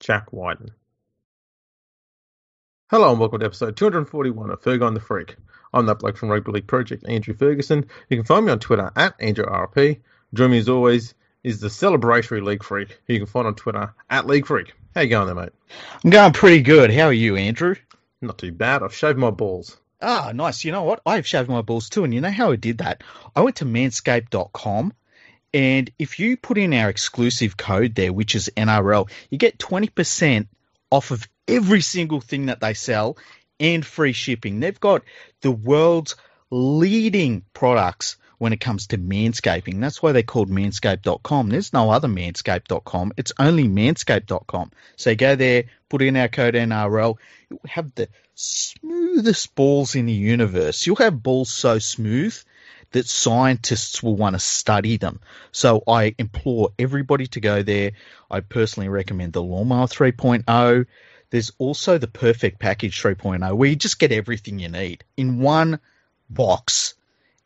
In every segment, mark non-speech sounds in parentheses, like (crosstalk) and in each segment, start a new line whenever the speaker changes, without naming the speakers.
Jack Wyden. Hello and welcome to episode 241 of Ferg on the Freak. I'm that bloke from Rugby League Project, Andrew Ferguson. You can find me on Twitter at AndrewRP. Join me as always is the celebratory League Freak, who you can find on Twitter at League Freak. How you going there, mate?
I'm going pretty good. How are you, Andrew?
Not too bad. I've shaved my balls.
Ah, nice. You know what? I've shaved my balls too, and you know how I did that? I went to manscaped.com, and if you put in our exclusive code there, which is NRL, you get 20% off of every single thing that they sell and free shipping. They've got the world's leading products when it comes to manscaping. That's why they're called manscaped.com. There's no other manscaped.com. It's only manscaped.com. So go there, put in our code NRL. You'll have the smoothest balls in the universe. You'll have balls so smooth that scientists will want to study them. So I implore everybody to go there. I personally recommend the Lawnmower 3.0. There's also the Perfect Package 3.0, where you just get everything you need in one box.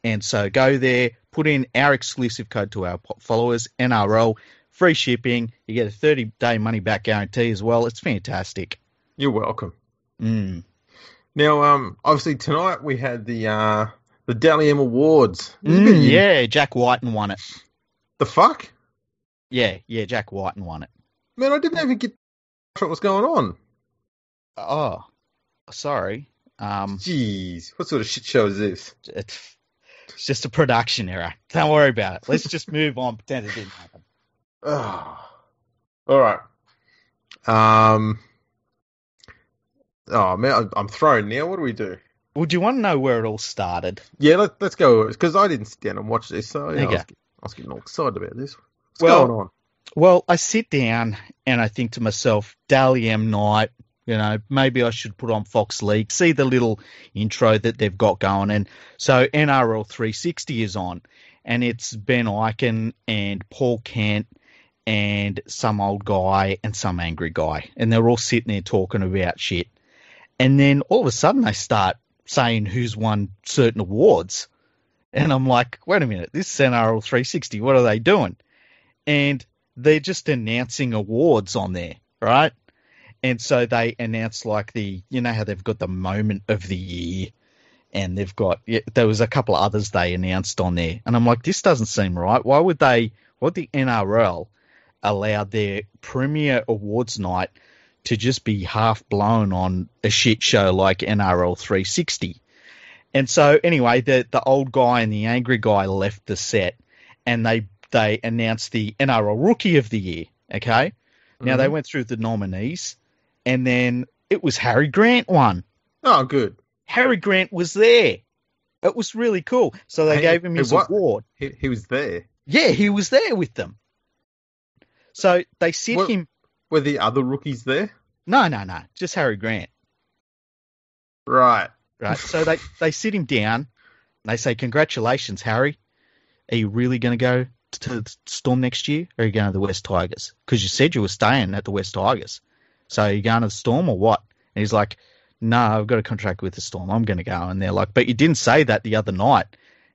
And so go there, put in our exclusive code to our po- followers, NRL, free shipping. You get a 30 day money back guarantee as well. It's fantastic.
You're welcome.
Mm.
Now, um, obviously tonight we had the uh, the Dally M Awards.
Mm, yeah, Jack Whiten won it.
The fuck,
Yeah, yeah, Jack Whiten won it.
man! I didn't even get what was going on.
Oh, sorry. Um,
Jeez, what sort of shit show is this?
it's, it's just a production error. Don't worry about it. Let's just move on. Pretend it didn't happen.
Ugh. Ah. All right. Um. Oh man, I'm- I'm thrown now. What do we do?
Well, do you want to know where it all started?
Yeah, let, let's go because I didn't sit down and watch this, so yeah, I, was,
Okay.
I was getting all excited about this. What's
Well-
going on?
Well, I sit down and I think to myself, Dally M Night, you know, maybe I should put on Fox League, see the little intro that they've got going. And so NRL 360 is on, and it's Ben Eichen and Paul Kent and some old guy and some angry guy. And they're all sitting there talking about shit. And then all of a sudden they start saying who's won certain awards. And I'm like, wait a minute, this is NRL 360. What are they doing? And they're just announcing awards on there, right? And so they announce like the, you know how they've got the moment of the year, and they've got yeah, there was a couple of others they announced on there, and I'm like, this doesn't seem right. Why would they? What the NRL allowed their premier awards night to just be half blown on a shit show like NRL 360? And so anyway, the the old guy and the angry guy left the set, and they they announced the NRL Rookie of the Year. Okay, now they
Mhm.
went through the nominees, and then it was Harry Grant won.
Oh, good.
Harry Grant was there. It was really cool. So they
Hey,
gave him
hey,
his
what?
award.
He, he was there.
Yeah, he was there with them. So they sit
What-
him.
Were the other rookies there?
No, no, no. Just Harry Grant.
Right.
right? So they, they sit him down. And they say, "Congratulations, Harry. Are you really going to go to the Storm next year, or are you going to the West Tigers? Because you said you were staying at the West Tigers. So are you going to the Storm or what?" And he's like, "No, I've got a contract with the Storm. I'm going to go." And they're like, "But you didn't say that the other night."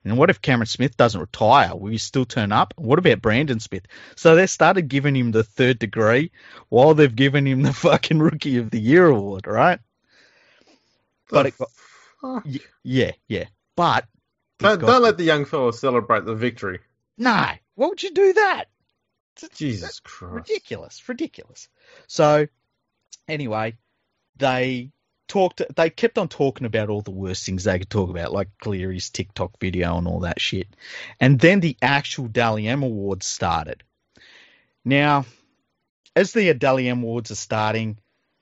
And what if Cameron Smith doesn't retire? Will you still turn up? What about Brandon Smith? So they started giving him the third degree while they've given him the fucking Rookie of the Year award, right? But it got-
Fuck.
Y- yeah, yeah. But it
Don't,
got-
don't let the young fellow celebrate the victory.
no. Why would you do that?
Jesus Christ.
Ridiculous, ridiculous. So anyway, they talked. They kept on talking about all the worst things they could talk about, like Cleary's TikTok video and all that shit. And then the actual Dally M Awards started. Now, as the Dally M Awards are starting,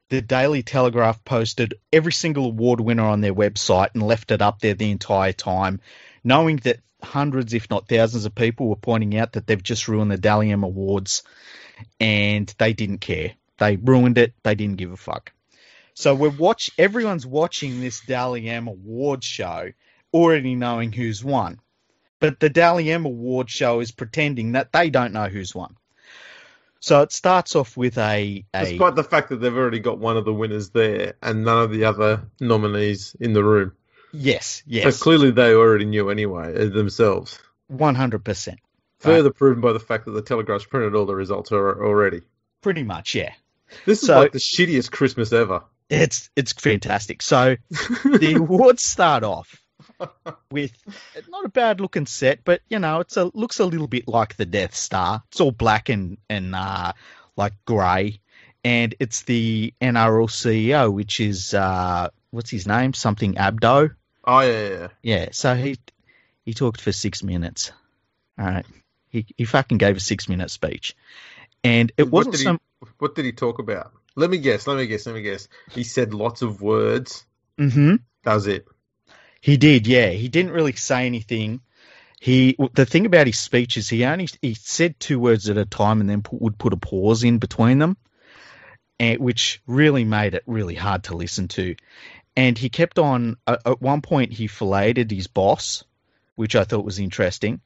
the Daily Telegraph posted every single award winner on their website and left it up there the entire time, knowing that hundreds, if not thousands, of people were pointing out that they've just ruined the Dally M Awards and they didn't care. They ruined it. They didn't give a fuck. So we're watch. Everyone's watching this Dally M award show, already knowing who's won. But the Dally M award show is pretending that they don't know who's won. So it starts off with a, a
Despite the fact that they've already got one of the winners there and none of the other nominees in the room.
yes, yes,
So clearly they already knew anyway uh, themselves.
one hundred percent.
Further proven by the fact that the Telegraph's printed all the results al- already.
Pretty much, yeah.
This is
So-
like the shittiest Christmas ever.
It's it's fantastic. (laughs) So the awards start off with not a bad looking set, but you know, it's a looks a little bit like the Death Star. It's all black and and uh, like grey, and it's the NRL CEO, E which is uh, what's his name? Something Abdo.
Oh yeah, yeah, yeah.
Yeah. So he he talked for six minutes. All right. He he fucking gave a six minute speech, and it
What
wasn't
did he-
some.
What did he talk about? Let me guess. Let me guess. Let me guess. He said lots of words.
Mm-hmm.
That was it.
He did, yeah. He didn't really say anything. He the thing about his speech is he only he said two words at a time and then put, would put a pause in between them, and, which really made it really hard to listen to. And he kept on. Uh, at one point, he filleted his boss, which I thought was interesting.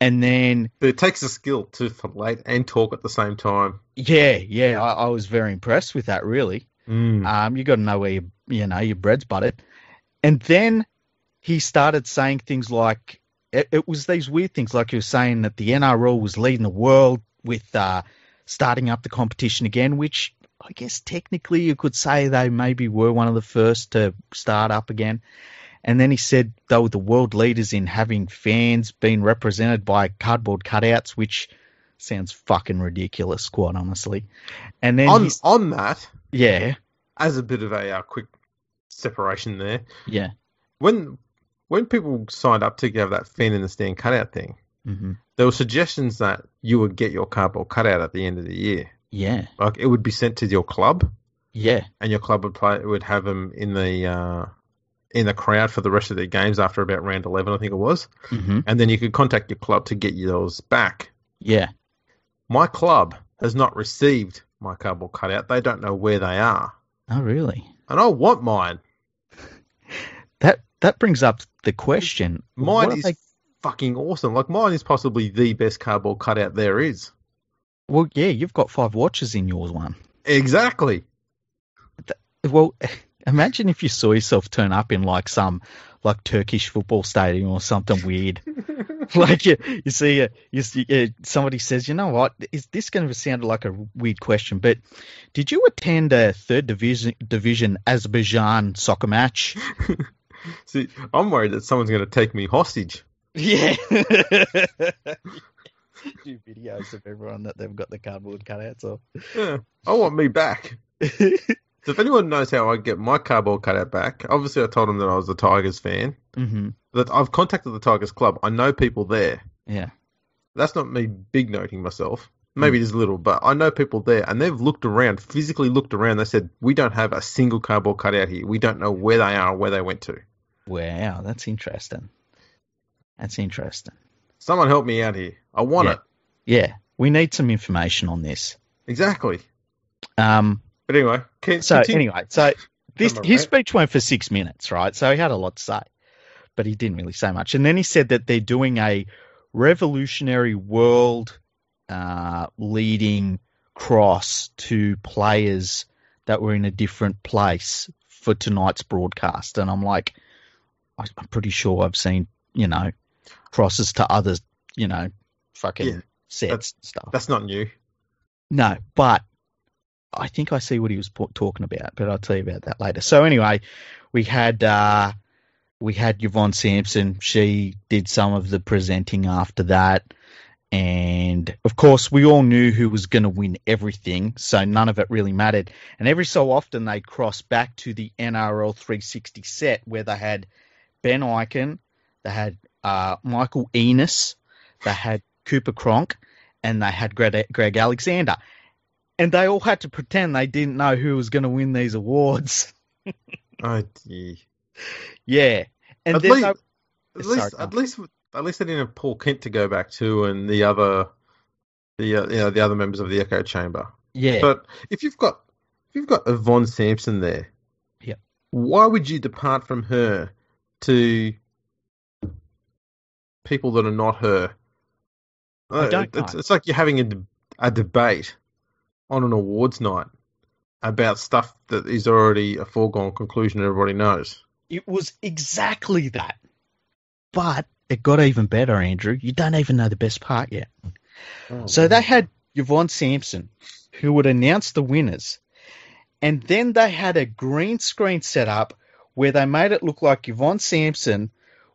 And then,
But it takes a skill to fillet and talk at the same time.
yeah, yeah, I, I was very impressed with that. Really,
Mm.
Um, you got to know where you, you know your bread's buttered. And then he started saying things like it, it was these weird things, like he was saying that the NRL was leading the world with uh, starting up the competition again, which I guess technically you could say they maybe were one of the first to start up again. And then he said they were the world leaders in having fans being represented by cardboard cutouts, which sounds fucking ridiculous, quite honestly. And then
On
he's,
on that,
yeah,
as a bit of a uh, quick separation there,
yeah.
when when people signed up to have that fan in the stand cutout thing,
hmm
there were suggestions that you would get your cardboard cutout at the end of the year.
Yeah,
Like it would be sent to your club,
yeah,
and your club would play would have them in the uh, in the crowd for the rest of their games after about round eleven, I think it was.
hmm
And then you could contact your club to get you those back.
yeah,
My club has not received my cardboard cutout. They don't know where they are,
oh, really?
and I want mine.
That that brings up the question.
Mine
what
is
are they-
fucking awesome. Like mine is possibly the best cardboard cutout there is.
well, yeah, you've got five watches in yours one.
Exactly.
Well, (laughs) imagine if you saw yourself turn up in like some like Turkish football stadium or something
(laughs)
weird. like you, you see, uh, you see uh, somebody says, you know what? Is this going to sound like a weird question? But did you attend a third division division Azerbaijan soccer match?
See, I'm worried that someone's going to take me hostage.
Yeah. (laughs) Do videos of everyone that they've got the cardboard cutouts (laughs) of.
Yeah, I want me back.
Mm-hmm.
So if anyone knows how I get my cardboard cutout back, obviously I told them that I was a Tigers fan.
hmm
That I've contacted the Tigers club. I know people there.
Yeah.
That's not me big noting myself.
Hmm.
Maybe it is a little, but I know people there, and they've looked around, physically looked around. They said we don't have a single cardboard cutout here. We don't know where they are, or where they went to.
Wow, that's interesting. That's interesting.
Someone help me out here. I want
Yeah.
it
Yeah, we need some information on this.
exactly.
Um,
But anyway, can,
so
continue.
anyway, so this
Am I
his
right?
speech went for six minutes, right? So he had a lot to say, but he didn't really say much. And then he said that they're doing a revolutionary world uh, leading cross to players that were in a different place for tonight's broadcast. And I'm like, I- I'm pretty sure I've seen, you know, crosses to others, you know, fucking
Yeah,
sets
that's-
and stuff.
that's not new.
No, but I think I see what he was po- talking about, but I'll tell you about that later. So anyway, we had uh, we had Yvonne Sampson. She did some of the presenting after that, and of course, we all knew who was going to win everything, so none of it really mattered. And every so often, they cross back to the NRL 360 set where they had Ben Eichen, they had uh, Michael Enos, they had Cooper Cronk, and they had Greg, Greg Alexander. And they all had to pretend they didn't know who was going to win these awards. (laughs)
Oh, dear.
Yeah. And
At
then
least-
they-
At
Sorry,
least,
go on.
at least, at least they didn't have Paul Kent to go back to, and the other, the uh, you know, the other members of the Echo Chamber.
yeah.
But if you've got, if you've got Yvonne Sampson there,
Yep.
why would you depart from her to people that are not her?
I
Uh,
don't
it's,
know.
it's like you're having a, d- a debate on an awards night about stuff that is already a foregone conclusion. Everybody knows.
It was exactly that. But it got even better, Andrew. You don't even know the best
Oh,
part yet. So they had Yvonne Sampson, who would announce the winners, And then they had a green screen set up where they made it look like Yvonne Sampson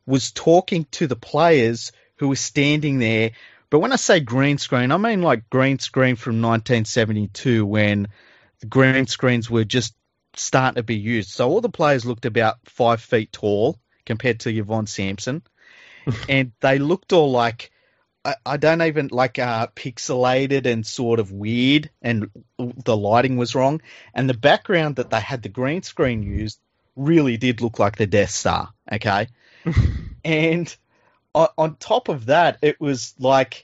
was talking to the players who were standing there. But when I say green screen, I mean like green screen from 1972 when the green screens were just starting to be used. So all the players looked about five feet tall compared to Yvonne Sampson. and they looked all like, I, I don't even like uh, pixelated and sort of weird, and the lighting was wrong. And the background that they had the green screen used really did look like the Death Star. Okay. and on, on top of that, it was like,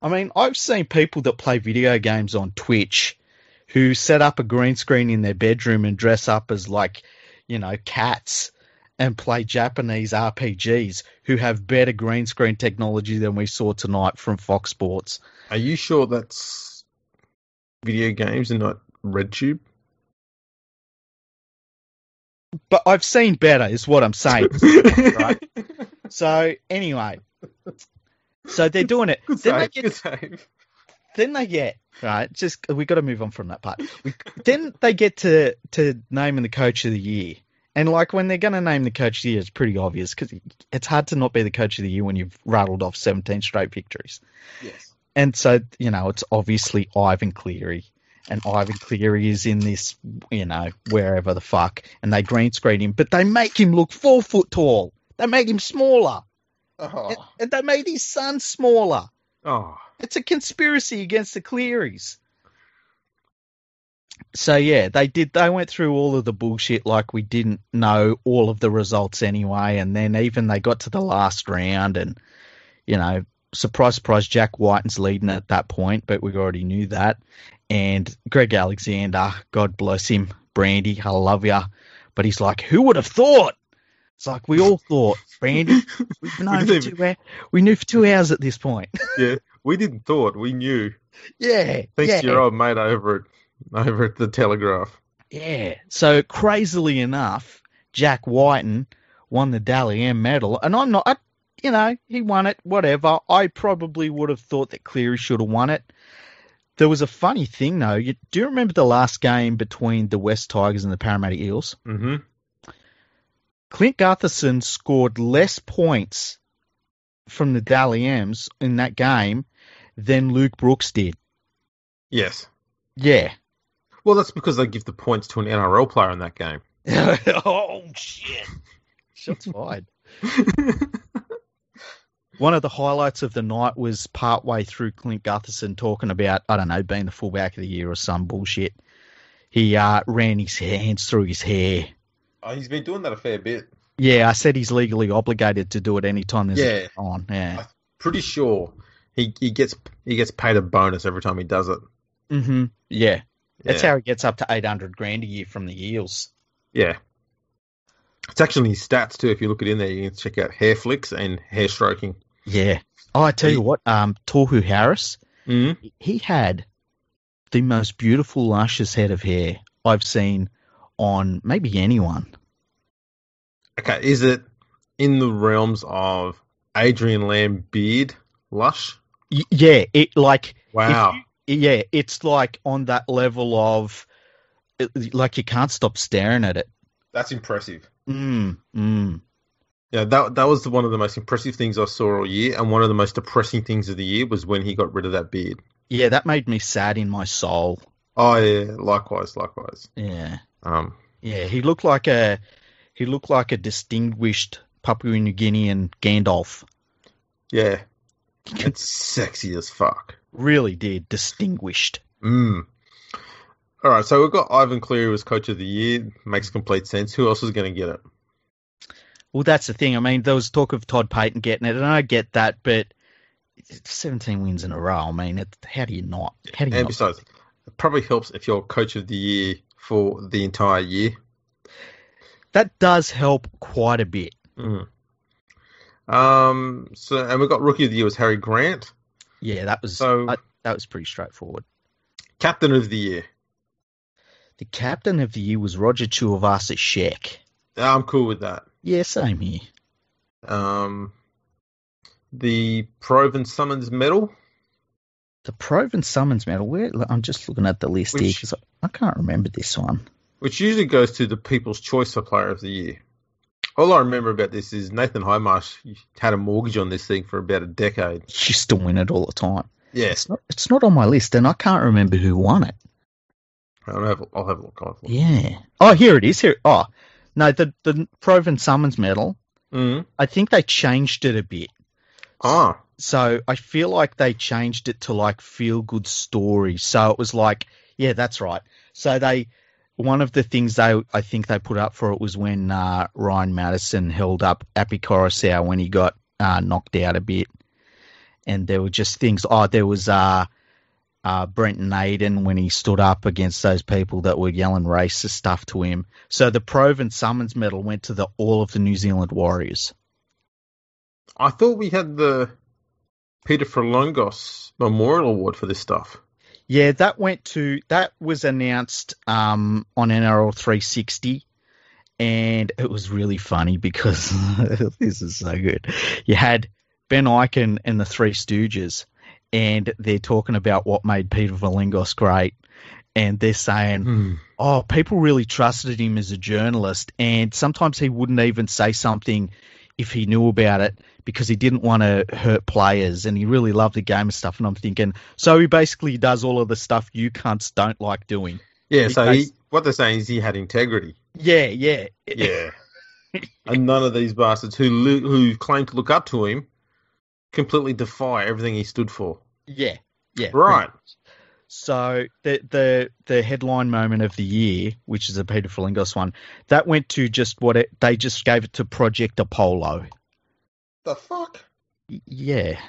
I mean, I've seen people that play video games on Twitch who set up a green screen in their bedroom and dress up as like, you know, cats and play Japanese RPGs who have better green screen technology than we saw tonight from Fox Sports.
Are you sure that's video games and not
(laughs)
RedTube?
But I've seen better, is what I'm saying.
(laughs)
right? So anyway, so they're doing it.
Good save,
then, they
good
(laughs) get,
save.
then they get right. Just we got to move on from that part. We, then they get to to naming the coach of the year, and like when they're going to name the coach of the year, it's pretty obvious because it's hard to not be the coach of the year when you've rattled off 17 straight victories.
Yes.
And so you know it's obviously Ivan Cleary. And Ivan Cleary is in this, you know, wherever the fuck, and they green screen him, but they make him look four foot tall. They make him smaller.
Oh.
And, and they made his son smaller.
oh.
It's a conspiracy against the Clearys. So yeah, they did. They went through all of the bullshit like we didn't know all of the results anyway, and then even they got to the last round, and you know, surprise, surprise, Jack Whiten's leading at that point, but we already knew that. And Greg Alexander, God bless him, Brandy, I love ya, but he's like, who would have thought? It's like we all thought, Brandy. We've known for
didn't
two hours. We knew for two hours at this point.
Yeah. We didn't thought. We knew.
Yeah.
Thanks
yeah,
to your old mate over at over at the Telegraph.
Yeah. So crazily enough, Jack Whiten won the Dally M medal, and I'm not. I, you know, he won it. Whatever. I probably would have thought that Cleary should have won it. There was a funny thing though. You, do you remember the last game between the West Tigers and the Parramatta Eels?
Mm-hmm.
Clint Gutherson scored less points from the Dally M's in that game than Luke Brooks did.
Yes.
Yeah.
Well, that's because they give the points to an NRL player in that game.
(laughs) oh shit! Shots fired. One of the highlights of the night was partway through Clint Gutherson talking about I don't know being the fullback of the year or some bullshit. He uh, ran his hands through his hair.
Oh, he's been doing that a fair bit.
Yeah, I said he's legally obligated to do it anytime there's
Yeah.
a on. Yeah.
Pretty sure he, he gets he gets paid a bonus every time he does it.
Mm-hmm. Yeah. That's
yeah.
how he gets up to eight hundred grand a year from the Eels.
Yeah. It's actually in his stats too. If you look it in there, you can check out hair flicks and hair stroking.
Yeah. Oh, I tell you what, um, Torhu Harris,
Mm.
he had the most beautiful, luscious head of hair I've seen on maybe anyone.
Okay, is it in the realms of Adrian Lamb beard lush?
Y- yeah, it like
Wow.
yeah, it's like on that level of it- like you can't stop staring at it.
That's impressive.
Mm, mm.
Yeah, that that was one of the most impressive things I saw all year, and one of the most depressing things of the year was when he got rid of that beard.
Yeah, that made me sad in my soul.
Oh yeah, likewise, likewise.
Yeah.
Um,
Yeah, he looked like a he looked like a distinguished Papua New Guinean Gandalf. (laughs)
yeah, it's sexy as fuck.
Really did distinguished.
Mm. All right, so we've got Ivan Cleary as coach of the year. Makes complete sense. Who else is going to get it?
Well, that's the thing. I mean, there was talk of Todd Payton getting it, and I get that, but 17 wins in a row. I mean, it, how do you not? How do you
And
not?
besides, it probably helps if you're coach of the year for the entire year.
That does help quite a bit.
Mm. Um. So, and we got rookie of the year was Harry Grant,
Yeah, that was
So-
I- that was pretty straightforward.
captain of the year.
The captain of the year was Roger Tuivasa Sheck.
I'm cool with that.
Yeah, same here.
Um, the Proven Summons Medal.
The Proven Summons Medal. Where, I'm just looking at the list here
Which-
because I, I can't remember this one.
which usually goes to the People's Choice Supplier of the Year. All I remember about this is Nathan Highmarsh had a mortgage on this thing for about a decade.
She used to win it all the time.
Yes,
It's not, it's not on my list, and I can't remember who won it.
I'll have, I'll have a look. I'll have a look.
Yeah. Oh, here it is. Here. Oh, no, the the Proven Summons Medal.
Mm.
I think they changed it a bit.
Ah,
So I feel like they changed it to like feel good story. So it was like, yeah, that's right. So they, one of the things they, I think they put up for it was when uh, Ryan Madison held up Appy Coruscant when he got uh, knocked out a bit. And there were just things. Oh, there was uh, uh, Brenton Aiden when he stood up against those people that were yelling racist stuff to him. So the Proven Summons Medal went to the all of the New Zealand Warriors.
I thought we had the Peter Frelongos Memorial Award for this stuff.
Yeah, that went to that was announced um, on NRL 360, and it was really funny because (laughs) this is so good. You had Ben Eichen and the Three Stooges, and they're talking about what made Peter Valengos great, and they're saying
Hmm.
oh, people really trusted him as a journalist, and sometimes he wouldn't even say something if he knew about it because he didn't want to hurt players, and he really loved the game and stuff. And I'm thinking, so he basically does all of the stuff you cunts don't like doing.
Yeah, so he,
Because-
what they're saying is he had integrity.
Yeah, yeah,
Yeah. and none of these bastards who lo- who claim to look up to him completely defy everything he stood for.
yeah, yeah.
Right.
So the the the headline moment of the year, which is a Peter Falingos one, that went to just what it they just gave it to Project Apollo.
The fuck?
Y- Yeah,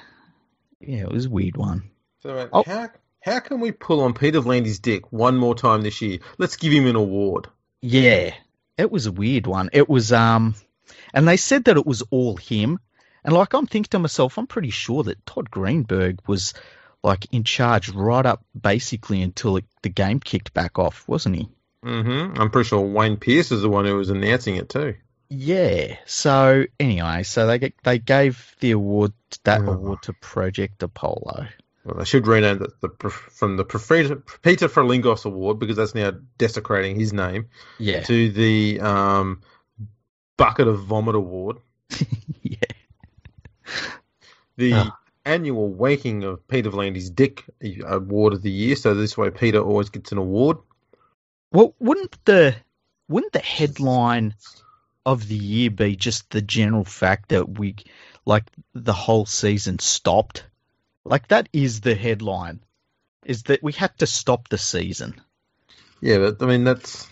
yeah, it was a weird one.
So like,
Oh.
how how can we pull on Peter Landy's dick one more time this year? Let's give him an award.
Yeah, it was a weird one. It was um, and they said that it was all him, and like I'm thinking to myself, I'm pretty sure that Todd Greenberg was like in charge right up basically until it, the game kicked back off, wasn't he?
hmm I'm pretty sure Wayne Pierce is the one who was announcing it too.
Yeah. So anyway, so they g- they gave the award that
Mm.
award to Project Apollo.
Well, they should rename that the, pr- from the Prof- Peter Frelingos Award because that's now desecrating his name
Yeah.
to the um, Bucket of Vomit Award.
(laughs) yeah.
the
Ah.
annual wanking of Peter Vlandy's Dick uh, Award of the Year. So this way, Peter always gets an award.
Well, wouldn't the wouldn't the headline of the year be just the general fact that we like the whole season stopped? Like that is the headline. Is that we had to stop the season.
Yeah, but I mean that's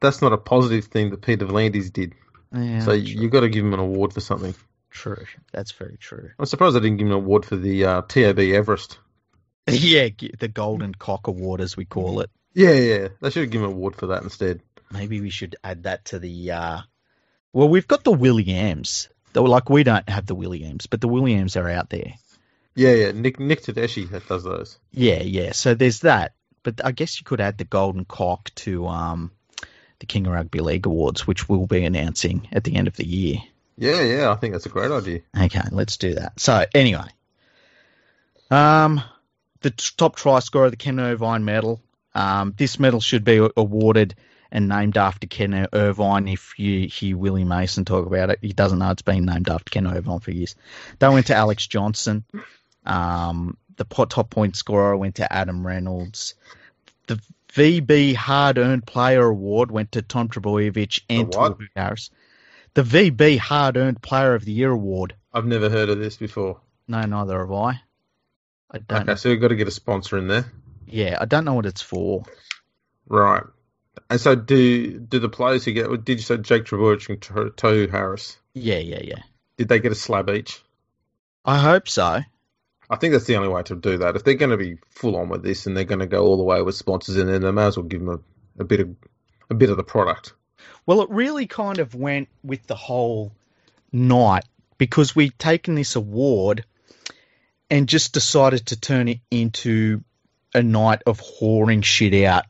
that's not a positive thing that Peter Vlandy's did.
Yeah,
so you've got to give him an award for something.
true. That's very true.
I'm surprised I didn't give him an award for the uh, TAB Everest.
(laughs) Yeah, g- the Golden Cock Award as we call it.
Yeah, yeah, they should give him an award for that instead.
Maybe we should add that to the uh Well, we've got the Williams. Though like we don't have the Williams, but the Williams are out there.
Yeah, yeah, Nick Nick Tedeschi that does those.
Yeah, yeah. So there's that. But I guess you could add the Golden Cock to um, the King of Rugby League Awards, which we'll be announcing at the end of the year.
Yeah, yeah, I think that's a great idea.
Okay, let's do that. So anyway, um, the t- top try scorer, the Ken Irvine Medal. Um, this medal should be awarded and named after Ken Irvine. If you hear Willie Mason talk about it, he doesn't know it's been named after Ken Irvine for years. That went to Alex Johnson. Um, the pot top point scorer went to Adam Reynolds. The VB Hard Earned Player Award went to Tom Trebojevic and
The what?
Torbjörn Harris. The VB Hard Earned Player of the Year Award.
I've never heard of this before.
No, neither have I. I don't.
Okay, so we've got to get a sponsor in there.
Yeah, I don't know what it's for.
Right. And so do do the players who get did you say Jake Travojevic and To- Tohu Harris?
Yeah, yeah, yeah.
Did they get a slab each?
I hope so.
I think that's the only way to do that. If they're going to be full on with this and they're going to go all the way with sponsors in there, they may as well give them a, a bit of a bit of the product.
Well, it really kind of went with the whole night because we'd taken this award and just decided to turn it into a night of whoring shit out.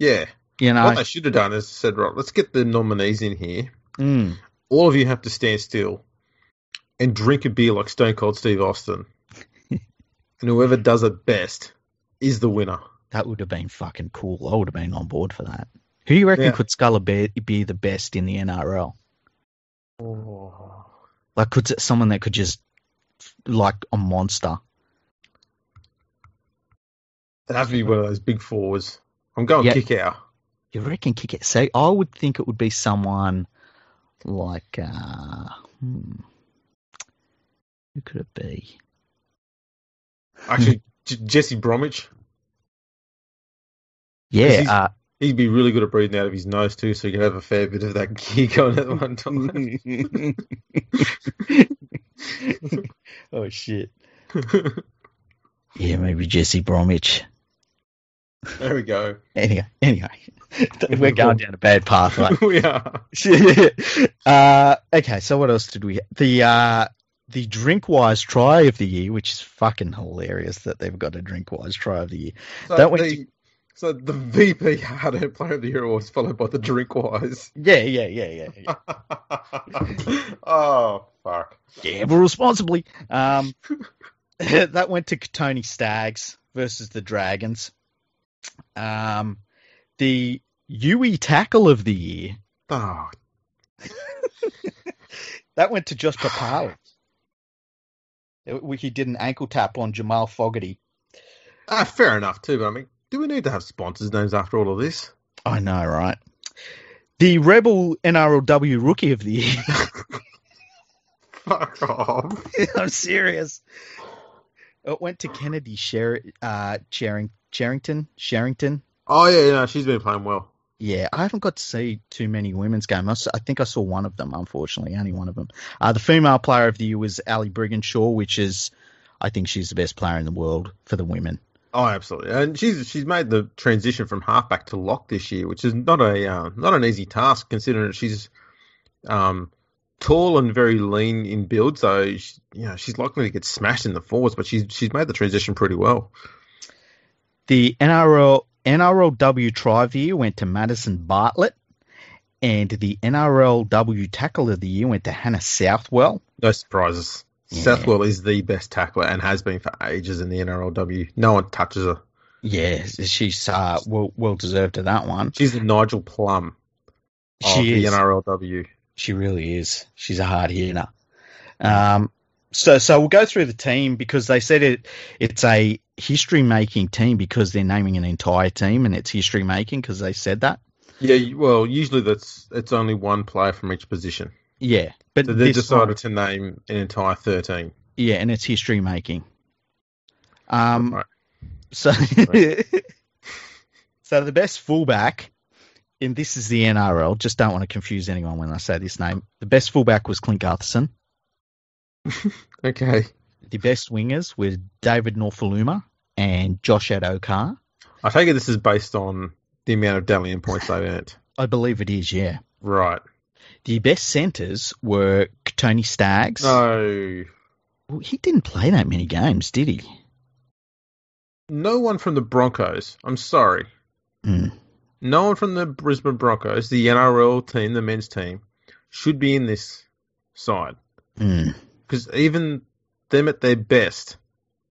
Yeah.
You know,
What they should have done is said, right, let's get the nominees in here.
Mm.
All of you have to stand still and drink a beer like Stone Cold Steve Austin. and whoever does it best is the winner.
that would have been fucking cool. I would have been on board for that. Who do you reckon
Yeah.
could Sculler be, be the best in the NRL?
Oh.
Like, could it- someone that could just like a monster?
It'd have to be one of those big fours. I'm going
Yeah.
kick out.
You reckon kick it? So I would think it would be someone like uh, hmm, who could it be?
Actually, (laughs) J- Jesse Bromwich,
Yeah,
he's-
uh,
he'd be really good at breathing out of his nose too, so he could have a fair bit of that (laughs) gear going at one time. (laughs)
(laughs) oh shit! Yeah, maybe Jesse Bromwich.
there we go.
Anyway, anyway, (laughs) we're going down a bad path, (laughs) right?
(laughs) we are.
uh, okay, so what else did we? The uh, the Drinkwise try of the year, which is fucking hilarious that they've got a Drinkwise try of the year.
So
That went
the, so the VP Hard Player of the Year was followed by the Drinkwise.
Yeah, yeah, yeah, yeah. Yeah,
(laughs) oh fuck!
yeah but responsibly. Um, (laughs) that went to Tony Staggs versus the Dragons. Um, the Yui tackle of the year
Oh,
that went to Josh (sighs) Papali. He did an ankle tap on Jamal Fogarty.
ah, fair enough too. But I mean, do we need to have sponsors' names after all of this? (laughs)
I know, right? The Rebel NRLW Rookie of the Year. (laughs)
Fuck off!
I'm serious. It went to Kennedy Sher- uh, Sherring- Sherrington. Sherrington.
Oh yeah, yeah, she's been playing well.
Yeah, I haven't got to see too many women's games. I s- I think I saw one of them, unfortunately, only one of them. Uh, the female player of the year was Ali Brigginshaw, which is, I think she's the best player in the world for the women.
Oh, absolutely, and she's she's made the transition from halfback to lock this year, which is not a uh, not an easy task considering that she's um, tall and very lean in build. So she, you know she's likely to get smashed in the forwards, but she's she's made the transition pretty well.
The NRL NRLW try of the year went to Madison Bartlett, and the NRLW tackle of the year went to Hannah Southwell.
No surprises.
Yeah.
Southwell is the best tackler and has been for ages in the NRLW. No one touches her.
Yeah, she's uh, well well deserved to that one.
She's the Nigel Plum of
She
Oh, the
is.
NRLW.
She really is. She's a hard hitter. Um, so so we'll go through the team because they said it. It's a history making team because they're naming an entire team and it's history making because they said that.
Yeah, you- well, usually that's it's only one player from each position.
Yeah, but
So they
this
decided
one-
to name an entire thirteen.
yeah, and it's history making. Um,
Right.
So, (laughs) so the best fullback, and this is the NRL. Just don't want to confuse anyone when I say this name. The best fullback was Clint Gutherson.
Okay.
The best wingers were David Norfoluma and Josh Adokar.
I take it this is based on the amount of Dalian points they've earned.
I believe it is, yeah.
Right.
The best centres were Tony Staggs.
Uh, No.
Well, He didn't play that many games, did he?
No one from the Broncos. I'm sorry.
Hmm.
No one from the Brisbane Broncos, the NRL team, the men's team, should be in this side.
Hmm.
because even them at their best,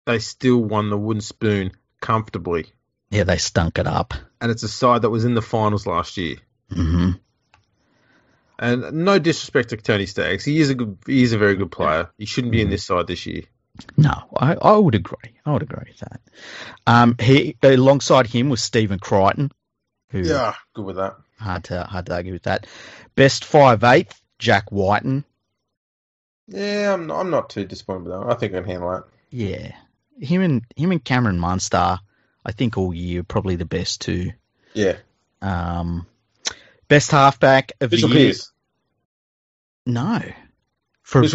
they still won the wooden spoon comfortably,
Yeah, they stunk it up.
and it's a side that was in the finals last year.
hmm
And no disrespect to Tony Staggs, he is a good, he is a very good player. He shouldn't be in this side this year.
No, I, I would agree. I would agree with that. Um, he alongside him was Stephen Crichton, who
good with that.
hard to hard to argue with that. Best five eighth, Jack Whiten.
Yeah, I'm not, I'm not too disappointed with that. I think I can handle that.
Yeah, him and him and Cameron Munster, I think all year probably the best two.
Yeah,
Um, best halfback of the year. No. For Mitch-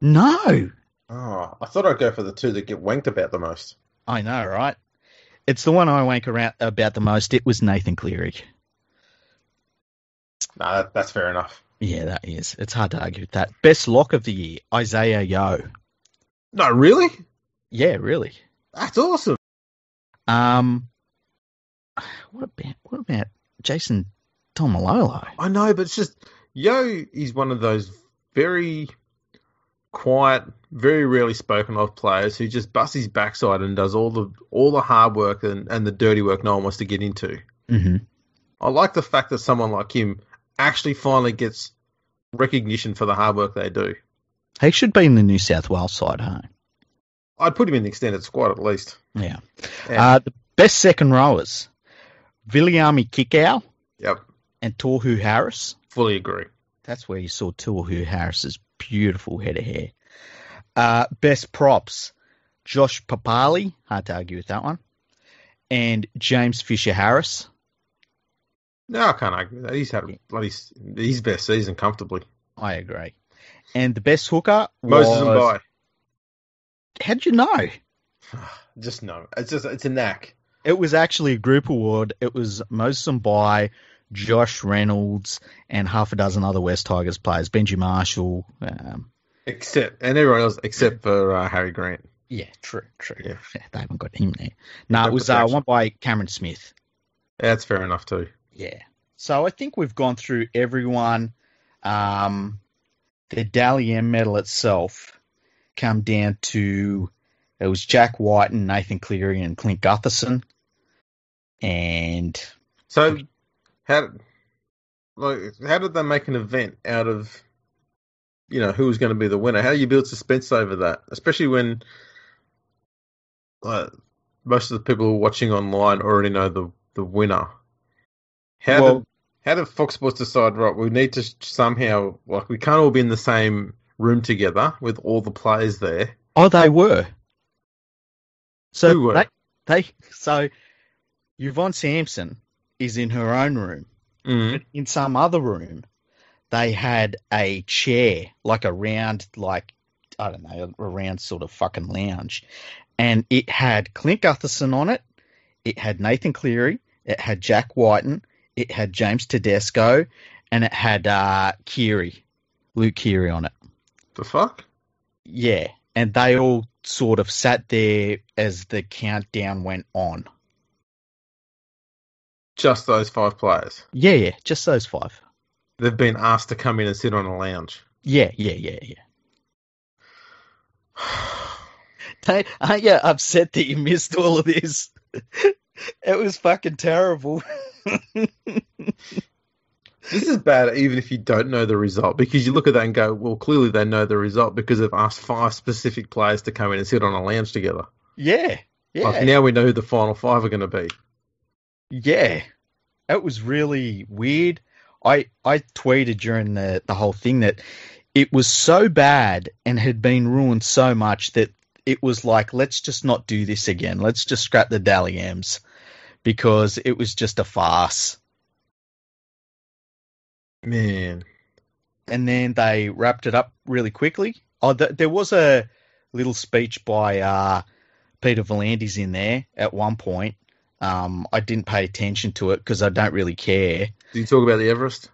No.
Oh, I thought I'd go for the two that get wanked about the most.
I know, right? It's the one I wank around about the most. It was Nathan Cleary.
Nah, that, that's fair enough.
Yeah, that is. It's hard to argue with that. Best lock of the year, Isaiah Yo.
No, really?
Yeah, really.
That's awesome.
Um, what about what about Jason Tomalolo?
I know, but it's just Yo is one of those very quiet, very rarely spoken of players who just busts his backside and does all the all the hard work and, and the dirty work no one wants to get into.
Mm-hmm.
I like the fact that someone like him actually finally gets recognition for the hard work they do.
He should be in the New South Wales side, huh?
I'd put him in the extended squad at least.
Yeah.
Yeah.
Uh, the best second rowers, Viliami Kikau
Yep,
and Torhu Harris.
fully agree.
That's where you saw Torhu Harris's beautiful head of hair. Uh, best props, Josh Papali. Hard to argue with that one. And James Fisher Harris.
No, I can't argue with that. He's had a bloody s- his best season comfortably.
I agree. And the best hooker was...
Moses and Guy.
How'd you know?
Just no. It's just it's a knack.
It was actually a group award. It was Moses Mbai, Josh Reynolds, and half a dozen other West Tigers players. Benji Marshall. Um,
Except and everyone else except for uh, Harry Grant.
yeah, true, true.
Yeah.
(laughs) They haven't got him there. No,
No
it was uh,
protection.
one by Cameron Smith.
That's fair enough too.
Yeah. So I think we've gone through everyone. Um, the Dally M medal itself come down to it was Jack White and Nathan Cleary and Clint Gutherson. And
So how like how did they make an event out of you know who was going to be the winner? How do you build suspense over that, especially when like most of the people who are watching online already know the the winner? How
well,
did how did Fox Sports decide? Right, we need to somehow like we can't all be in the same room together with all the players there.
Oh, they were. So
Who were?
They, they so Yvonne Sampson is in her own room.
Mm.
In some other room, they had a chair, like a round, like I don't know, a round sort of fucking lounge, and it had Clint Gutherson on it. It had Nathan Cleary. It had Jack Whiten. It had James Tedesco, and it had uh, Keary, Luke Keary on it.
The fuck?
Yeah, and they all sort of sat there as the countdown went on.
Just those five players.
Yeah, yeah, just those five.
They've been asked to come in and sit on a lounge. (sighs)
Yeah, yeah, yeah, yeah. Don't- Aren't you upset that you missed all of this? it was fucking terrible. (laughs)
This is bad even if you don't know the result because you look at that and go, well, clearly they know the result because they've asked five specific players to come in and sit on a lounge together.
Yeah, yeah,
Like, now we know who the final five are going to be.
yeah. It was really weird. I I tweeted during the the whole thing that it was so bad and had been ruined so much that it was like, let's just not do this again. Let's just scrap the Dally M's because it was just a farce.
Man.
And then they wrapped it up really quickly. Oh, th- there was a little speech by uh, Peter Volandis in there at one point. Um, I didn't pay attention to it because I don't really care. (coughs)
Did you talk about the Everest?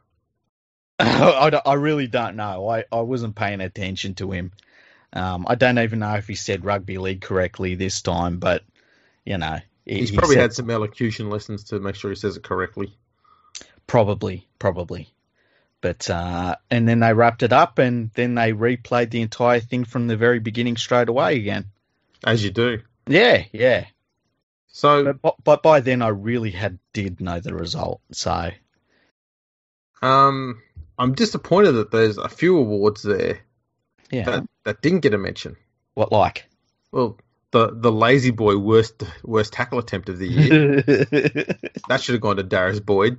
I, don't- I really don't know. I, I wasn't paying attention to him. Um, I don't even know if he said rugby league correctly this time, but you know, he-
He's
he
probably
said-
had some elocution lessons to make sure he says it correctly.
probably, probably. But uh, and then they wrapped it up, and then they replayed the entire thing from the very beginning straight away again.
As you do.
Yeah, yeah.
So,
But bu- but by then I really had did know the result. So
um, I'm disappointed that there's a few awards there
yeah,
that, that didn't get a mention.
what like?
Well, the the lazy boy worst worst tackle attempt of the year. That should have gone to Darius Boyd.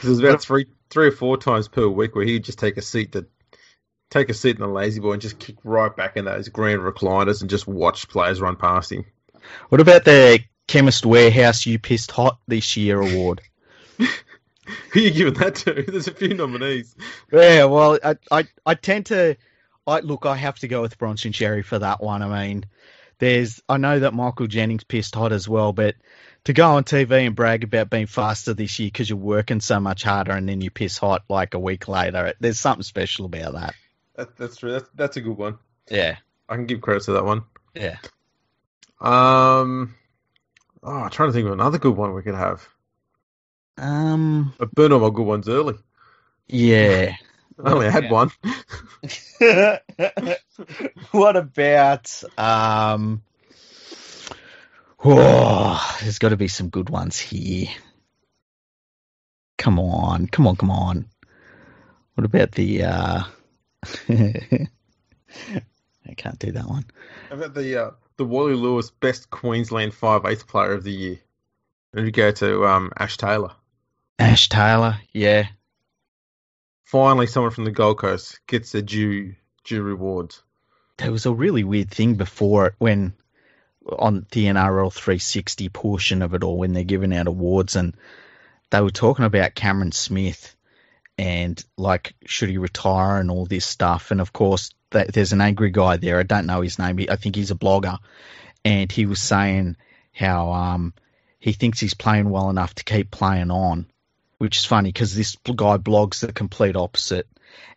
'Cause there's about three three or four times per week where he'd just take a seat to take a seat in the lazy boy and just kick right back in those grand recliners and just watch players run past him.
(laughs)
(laughs)
what about the Chemist Warehouse You Pissed Hot this year award?
Who you giving that to? (laughs) There's a few nominees.
Yeah, well, I, I, I tend to, I look, I have to go with Bronson Sherry for that one. I mean, there's, I know that Michael Jennings pissed hot as well, but to go on TV and brag about being faster this year because you're working so much harder and then you piss hot like a week later, there's something special about that.
That, that's true. That's, that's a good one.
Yeah,
I can give credit to that one.
yeah.
Um, oh, I'm trying to think of another good one we could have.
Um,
I burned all my good ones early.
yeah.
I only had
Yeah.
one.
(laughs) what about um? Oh, there's got to be some good ones here. Come on, come on, come on. What about the? uh (laughs) I can't do that one.
(laughs) How about the uh, the Wally Lewis Best Queensland Five Eighth Player of the Year? And you go to um, Ash Taylor.
Ash Taylor, yeah,
Finally, someone from the Gold Coast gets a due due reward.
there was a really weird thing before it when on the NRL 360 portion of it all when they're giving out awards and they were talking about Cameron Smith and like should he retire and all this stuff and of course th- there's an angry guy there I don't know his name he- I think he's a blogger and he was saying how um he thinks he's playing well enough to keep playing on which is funny because this guy blogs the complete opposite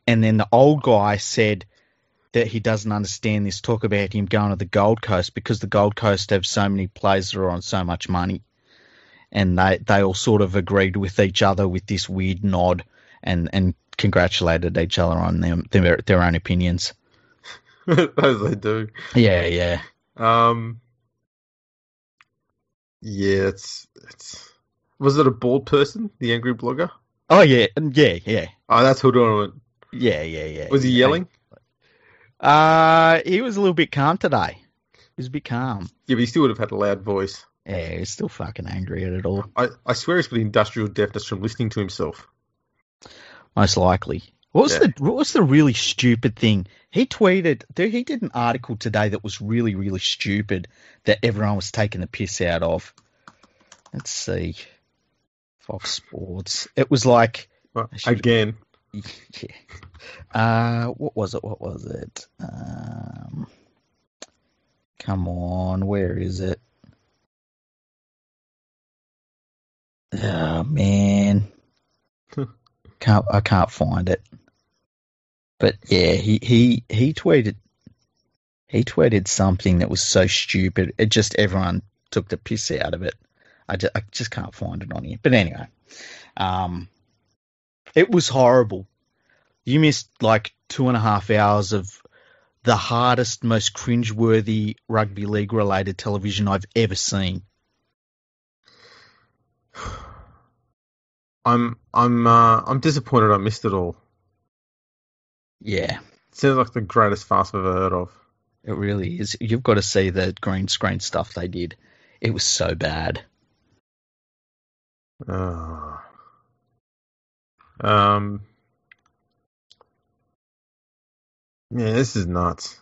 and then the old guy said that he doesn't understand this talk about him going to the Gold Coast because the Gold Coast have so many players that are on so much money. And they, they all sort of agreed with each other with this weird nod and, and congratulated each other on them, their, their own opinions.
(laughs) As they do.
Yeah, yeah.
Um, yeah, it's it's. Was it a bald person? The angry blogger.
Oh, yeah, and yeah, yeah.
Oh, that's who doing it.
Yeah, yeah, yeah.
Was he yelling?
Uh, he was a little bit calm today. He was a bit calm.
Yeah, but he still would have had a loud voice.
Yeah, he's still fucking angry at it all.
I, I swear he's with industrial deafness from listening to himself.
most likely. What was
Yeah.
the what was the really stupid thing? He tweeted dude, he did an article today that was really, really stupid that everyone was taking the piss out of. Let's see. Fox Sports. It was like
Well,
I should-
Again,
(laughs) yeah. Uh what was it? What was it? Um Come on, where is it? Oh man. can't I can't find it. But yeah, he he he tweeted he tweeted something that was so stupid. It just everyone took the piss out of it. I just, I just can't find it on here. But anyway, um, it was horrible. You missed like two and a half hours of the hardest, most cringeworthy rugby league related television I've ever seen.
I'm I'm uh, I'm disappointed. I missed it all.
Yeah,
Sounds like the greatest fast I've ever heard of.
it really is. You've got to see the green screen stuff they did. It was so bad.
Uh, um, yeah, this is
(laughs)
nuts.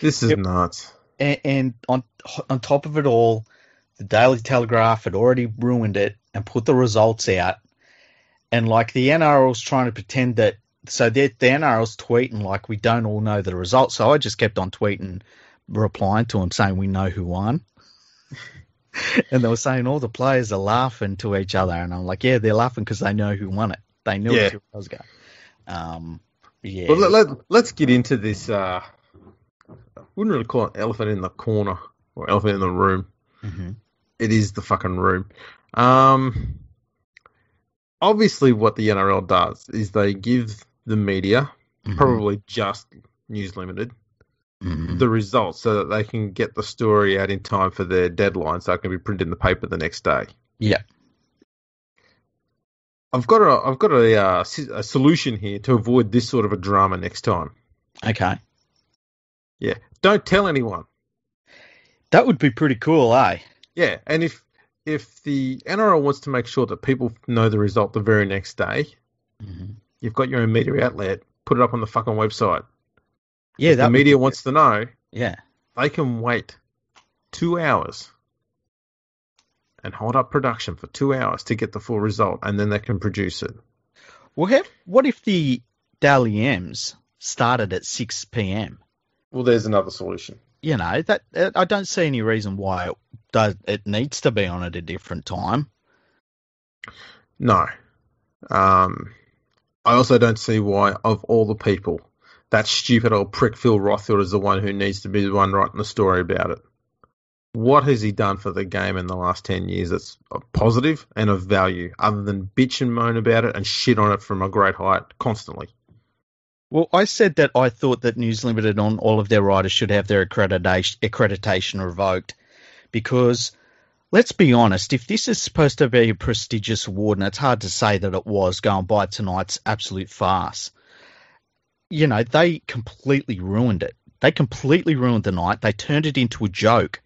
This is
Yep.
nuts.
and, and on on top of it all, the Daily Telegraph had already ruined it and put the results out. And like the NRL's trying to pretend that, so they're, the NRL's tweeting like we don't all know the results. So I just kept on tweeting, replying to them saying we know who won. (laughs) and they were saying all the players are laughing to each other, and I'm like, yeah, they're laughing because they know who won it. They knew
Yeah.
it two hours ago. Um, yeah.
Well, let, let, let's get into this. Uh, I wouldn't really call it elephant in the corner or elephant in the room.
Mhm.
It is the fucking room. Um, obviously, what the NRL does is they give the media,
Mhm.
probably just News Limited,
Mhm.
the results so that they can get the story out in time for their deadline so it can be printed in the paper the next day.
Yeah.
I've got a I've got a, uh, s- a solution here to avoid this sort of a drama next time.
Okay.
Don't tell anyone.
That would be pretty cool, eh?
Yeah, and if if the NRL wants to make sure that people know the result the very next day,
Mm-hmm.
you've got your own media outlet. Put it up on the fucking website.
Yeah,
The
that
media wants to know.
Yeah,
They can wait two hours and hold up production for two hours to get the full result, and then they can produce it.
well, have, what if the Daily M's started at six p.m.?
Well, there's another solution.
You know that that- I don't see any reason why it does. It needs to be on at a different time.
No. Um, I also don't see why, of all the people, that stupid old prick Phil Rothfield is the one who needs to be the one writing the story about it. What has he done for the game in the last 10 years that's positive and of value, other than bitch and moan about it and shit on it from a great height constantly?
Well, I said that I thought that News Limited on all of their writers should have their accreditation accreditation revoked because let's be honest, if this is supposed to be a prestigious award, and it's hard to say that it was going by tonight's absolute farce, you know, they completely ruined it. They completely ruined the night. They turned it into a joke.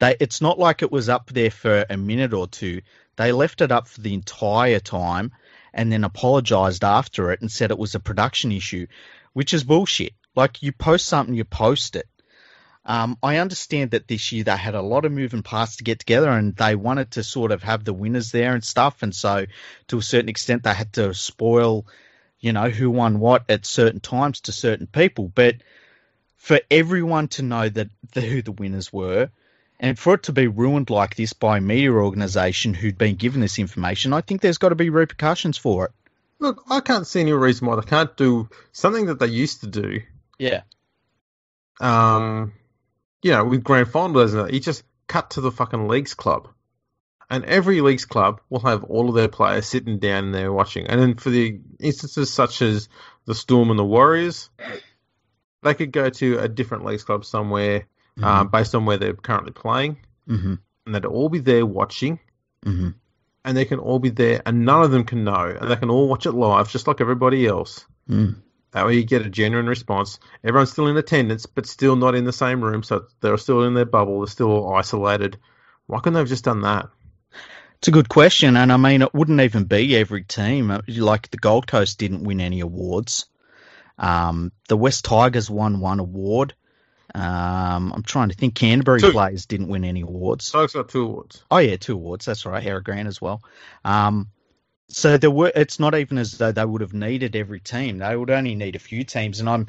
They, it's not like it was up there for a minute or two. They left it up for the entire time and then apologized after it and said it was a production issue, which is bullshit. Like, you post something, you post it. Um, I understand that this year they had a lot of moving parts to get together and they wanted to sort of have the winners there and stuff. And so, to a certain extent, they had to spoil, you know, who won what at certain times to certain people. But for everyone to know that the, who the winners were and for it to be ruined like this by a media organization who'd been given this information, I think there's got to be repercussions for it.
Look, I can't see any reason why they can't do something that they used to do.
Yeah.
Um, you know, with Grand Final, doesn't it? You just cut to the fucking leagues club. And every leagues club will have all of their players sitting down there watching. And then for the instances such as the Storm and the Warriors, they could go to a different leagues club somewhere
Mhm.
um, based on where they're currently playing.
Mhm.
And they'd all be there watching.
Mhm.
And they can all be there. And none of them can know. And they can all watch it live, just like everybody else.
Mm.
That way you get a genuine response. Everyone's still in attendance, but still not in the same room, so they're still in their bubble, they're still isolated. Why couldn't they have just done that?
It's a good question, and I mean, it wouldn't even be every team. Uh, Like the Gold Coast didn't win any awards. Um, the West Tigers won one award. Um, I'm trying to think. Canterbury
Two.
players didn't win any awards.
Stokes got two awards.
Oh yeah, two awards. That's right. Hera Grant as well. Um, so there were. It's not even as though they would have needed every team. They would only need a few teams, and I'm.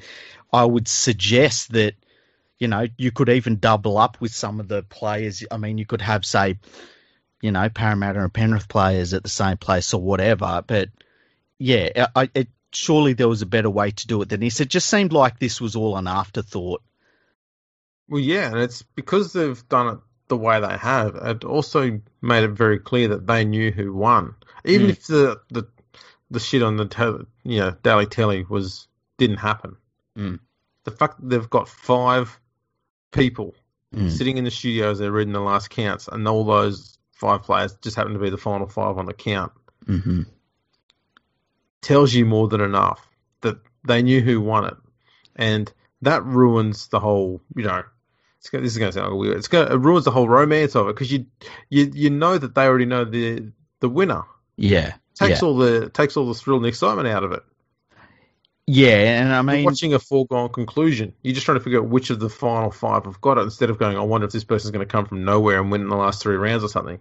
I would suggest that, you know, you could even double up with some of the players. I mean, you could have say, you know, Parramatta and Penrith players at the same place or whatever. But yeah, I, I- it, surely there was a better way to do it than this. It just seemed like this was all an afterthought.
Well, yeah, and it's because they've done it the way they have. It also made it very clear that they knew who won, even
Mm.
if the, the the shit on the tel- you know Daily Telly was didn't happen.
Mm.
The fact that they've got five people
Mm.
sitting in the studio as they're reading the last counts, and all those five players just happen to be the final five on the count,
hmm
tells you more than enough that they knew who won it, and that ruins the whole. You know, it's, go- this is going to sound weird. It's going it ruins the whole romance of it because you you you know that they already know the the winner.
Yeah.
Takes
yeah.
all the takes all the thrill and excitement out of it.
yeah, and I
You're
mean,
watching a foregone conclusion. You're just trying to figure out which of the final five have got it instead of going, I wonder if this person's going to come from nowhere and win in the last three rounds or something.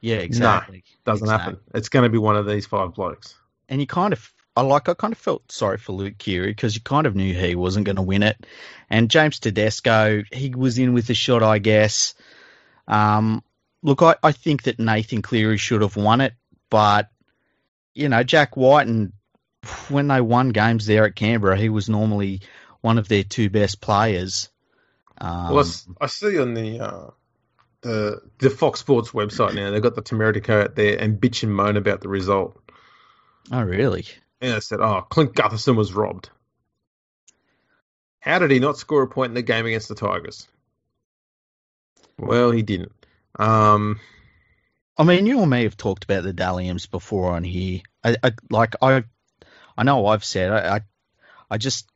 Yeah, exactly.
Doesn't
Exactly.
happen. It's going to be one of these five blokes.
And you kind of, I like, I kind of felt sorry for Luke Keary because you kind of knew he wasn't going to win it. And James Tedesco, he was in with a shot, I guess. Um, look, I, I think that Nathan Cleary should have won it, but you know, Jack White and when they won games there at Canberra, he was normally one of their two best players. Um,
Well, I s- I, see on the uh, the the Fox Sports website now they've got the temerity code out there and bitch and moan about the result.
oh, really?
And it said, "Oh, Clint Gutherson was robbed. How did he not score a point in the game against the Tigers?" Well, he didn't. Um,
I mean, you and me have talked about the Dalliums before on here. I, I like I, I know I've said I, I, I just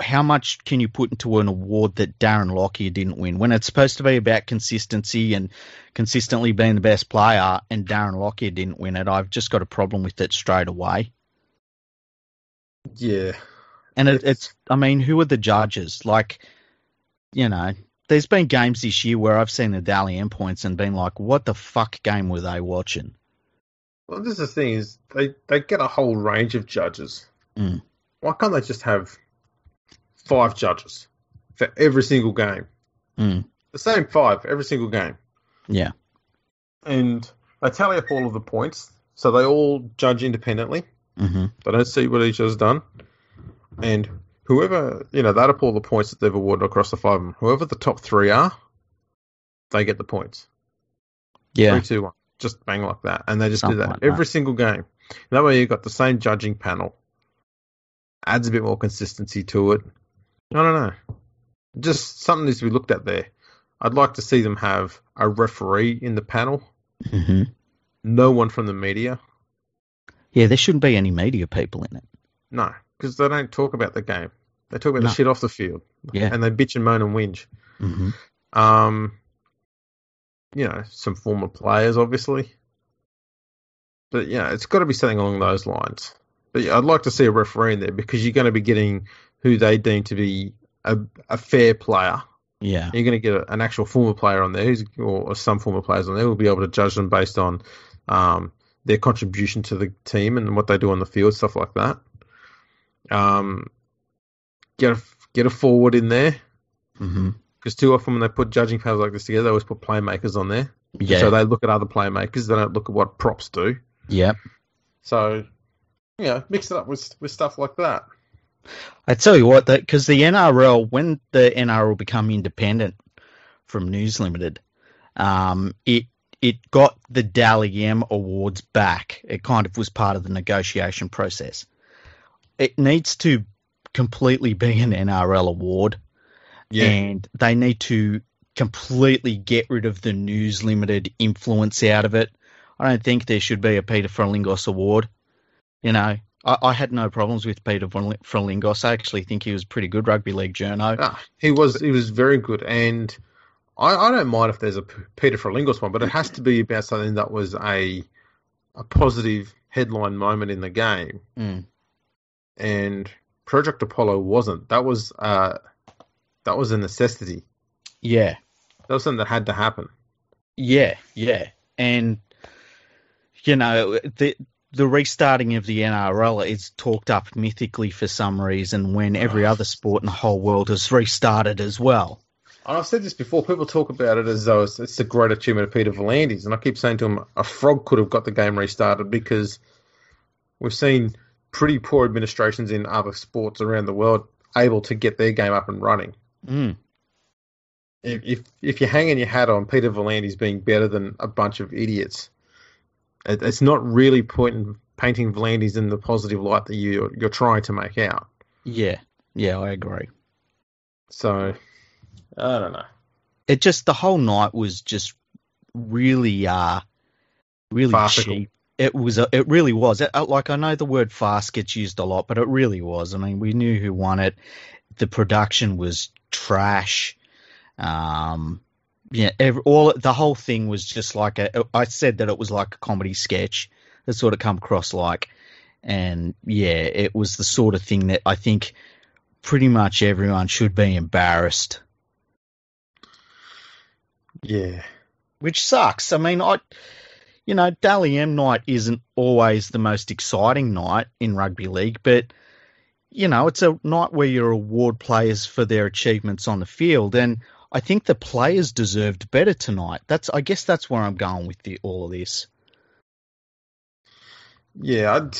how much can you put into an award that Darren Lockyer didn't win when it's supposed to be about consistency and consistently being the best player, and Darren Lockyer didn't win it. I've just got a problem with it straight away.
yeah,
And it, it's, I mean, who are the judges? Like, you know, there's been games this year where I've seen the Dalian points and been like, what the fuck game were they watching?
Well, this is the thing is they, they get a whole range of judges.
Mm.
Why can't they just have five judges for every single game?
Mm.
The same five every single game.
Yeah.
And they tally up all of the points, so they all judge independently.
hmm
They don't see what each other's done. And whoever you know, they add up all the points that they've awarded across the five of them. Whoever the top three are, they get the points.
Yeah.
Three, two, one. Just bang like that. And they just
Something
do that
like
every single game. That way you've got the same judging panel. Adds a bit more consistency to it. I don't know. Just something needs to be looked at there. I I'd like to see them have a referee in the panel,
hmm
no one from the media.
Yeah, there shouldn't be any media people in it.
No, because they don't talk about the game. They talk about
No.
the shit off the field.
Yeah.
And they bitch and moan and whinge.
hmm
Um, you know, some former players, obviously. But yeah, it's got to be something along those lines. But yeah, I'd like to see a referee in there because you're going to be getting who they deem to be a, a fair player.
Yeah.
You're going to get a, an actual former player on there, who's, or, or some former players on there, will be able to judge them based on um, their contribution to the team and what they do on the field, stuff like that. Um, get a, get a forward in there
hmm
because too often when they put judging panels like this together, they always put playmakers on there.
Yeah.
So they look at other playmakers. They don't look at what props do.
yeah.
So, you know, mix it up with with stuff like that.
I tell you what, because the NRL, when the NRL become independent from News Limited, um, it it got the Dally M awards back. It kind of was part of the negotiation process. It needs to completely be an NRL award, and they need to completely get rid of the News Limited influence out of it. I don't think there should be a Peter Frolingos award. You know, I, I had no problems with Peter Frol- Frolingos. I actually think he was pretty good rugby league journo.
Ah, he was he was very good, and I, I don't mind if there's a P- Peter Frelingos one, but it has to be about something that was a a positive headline moment in the game.
Mm.
And Project Apollo wasn't. That was uh, that was a necessity.
Yeah,
That was something that had to happen.
yeah, yeah. And you know, the the restarting of the NRL is talked up mythically for some reason when every other sport in the whole world has restarted as well.
And I've said this before. People talk about it as though it's, it's a great achievement of Peter Volandis, and I keep saying to him, a frog could have got the game restarted because we've seen pretty poor administrations in other sports around the world able to get their game up and running.
Mm.
If if, if you're hanging your hat on Peter Volandis being better than a bunch of idiots, it, it's not really pointing painting Volandis in the positive light that you you're trying to make out.
Yeah, yeah, I agree.
So I don't know.
it just the whole night was just really uh really
Farcical.
cheap. It was a, it really was. It, uh, like I know the word farce gets used a lot, but it really was. I mean, we knew who won it. The production was trash. Um yeah, ev all the whole thing was just like a I said that it was like a comedy sketch. That's what it come across like. And yeah, it was the sort of thing that I think pretty much everyone should be embarrassed
Yeah.
which sucks. I mean, I, you know, Dally M night isn't always the most exciting night in rugby league, but you know, it's a night where you award players for their achievements on the field, and I think the players deserved better tonight. That's, I guess, that's where I'm going with the, all of this.
Yeah, I'd,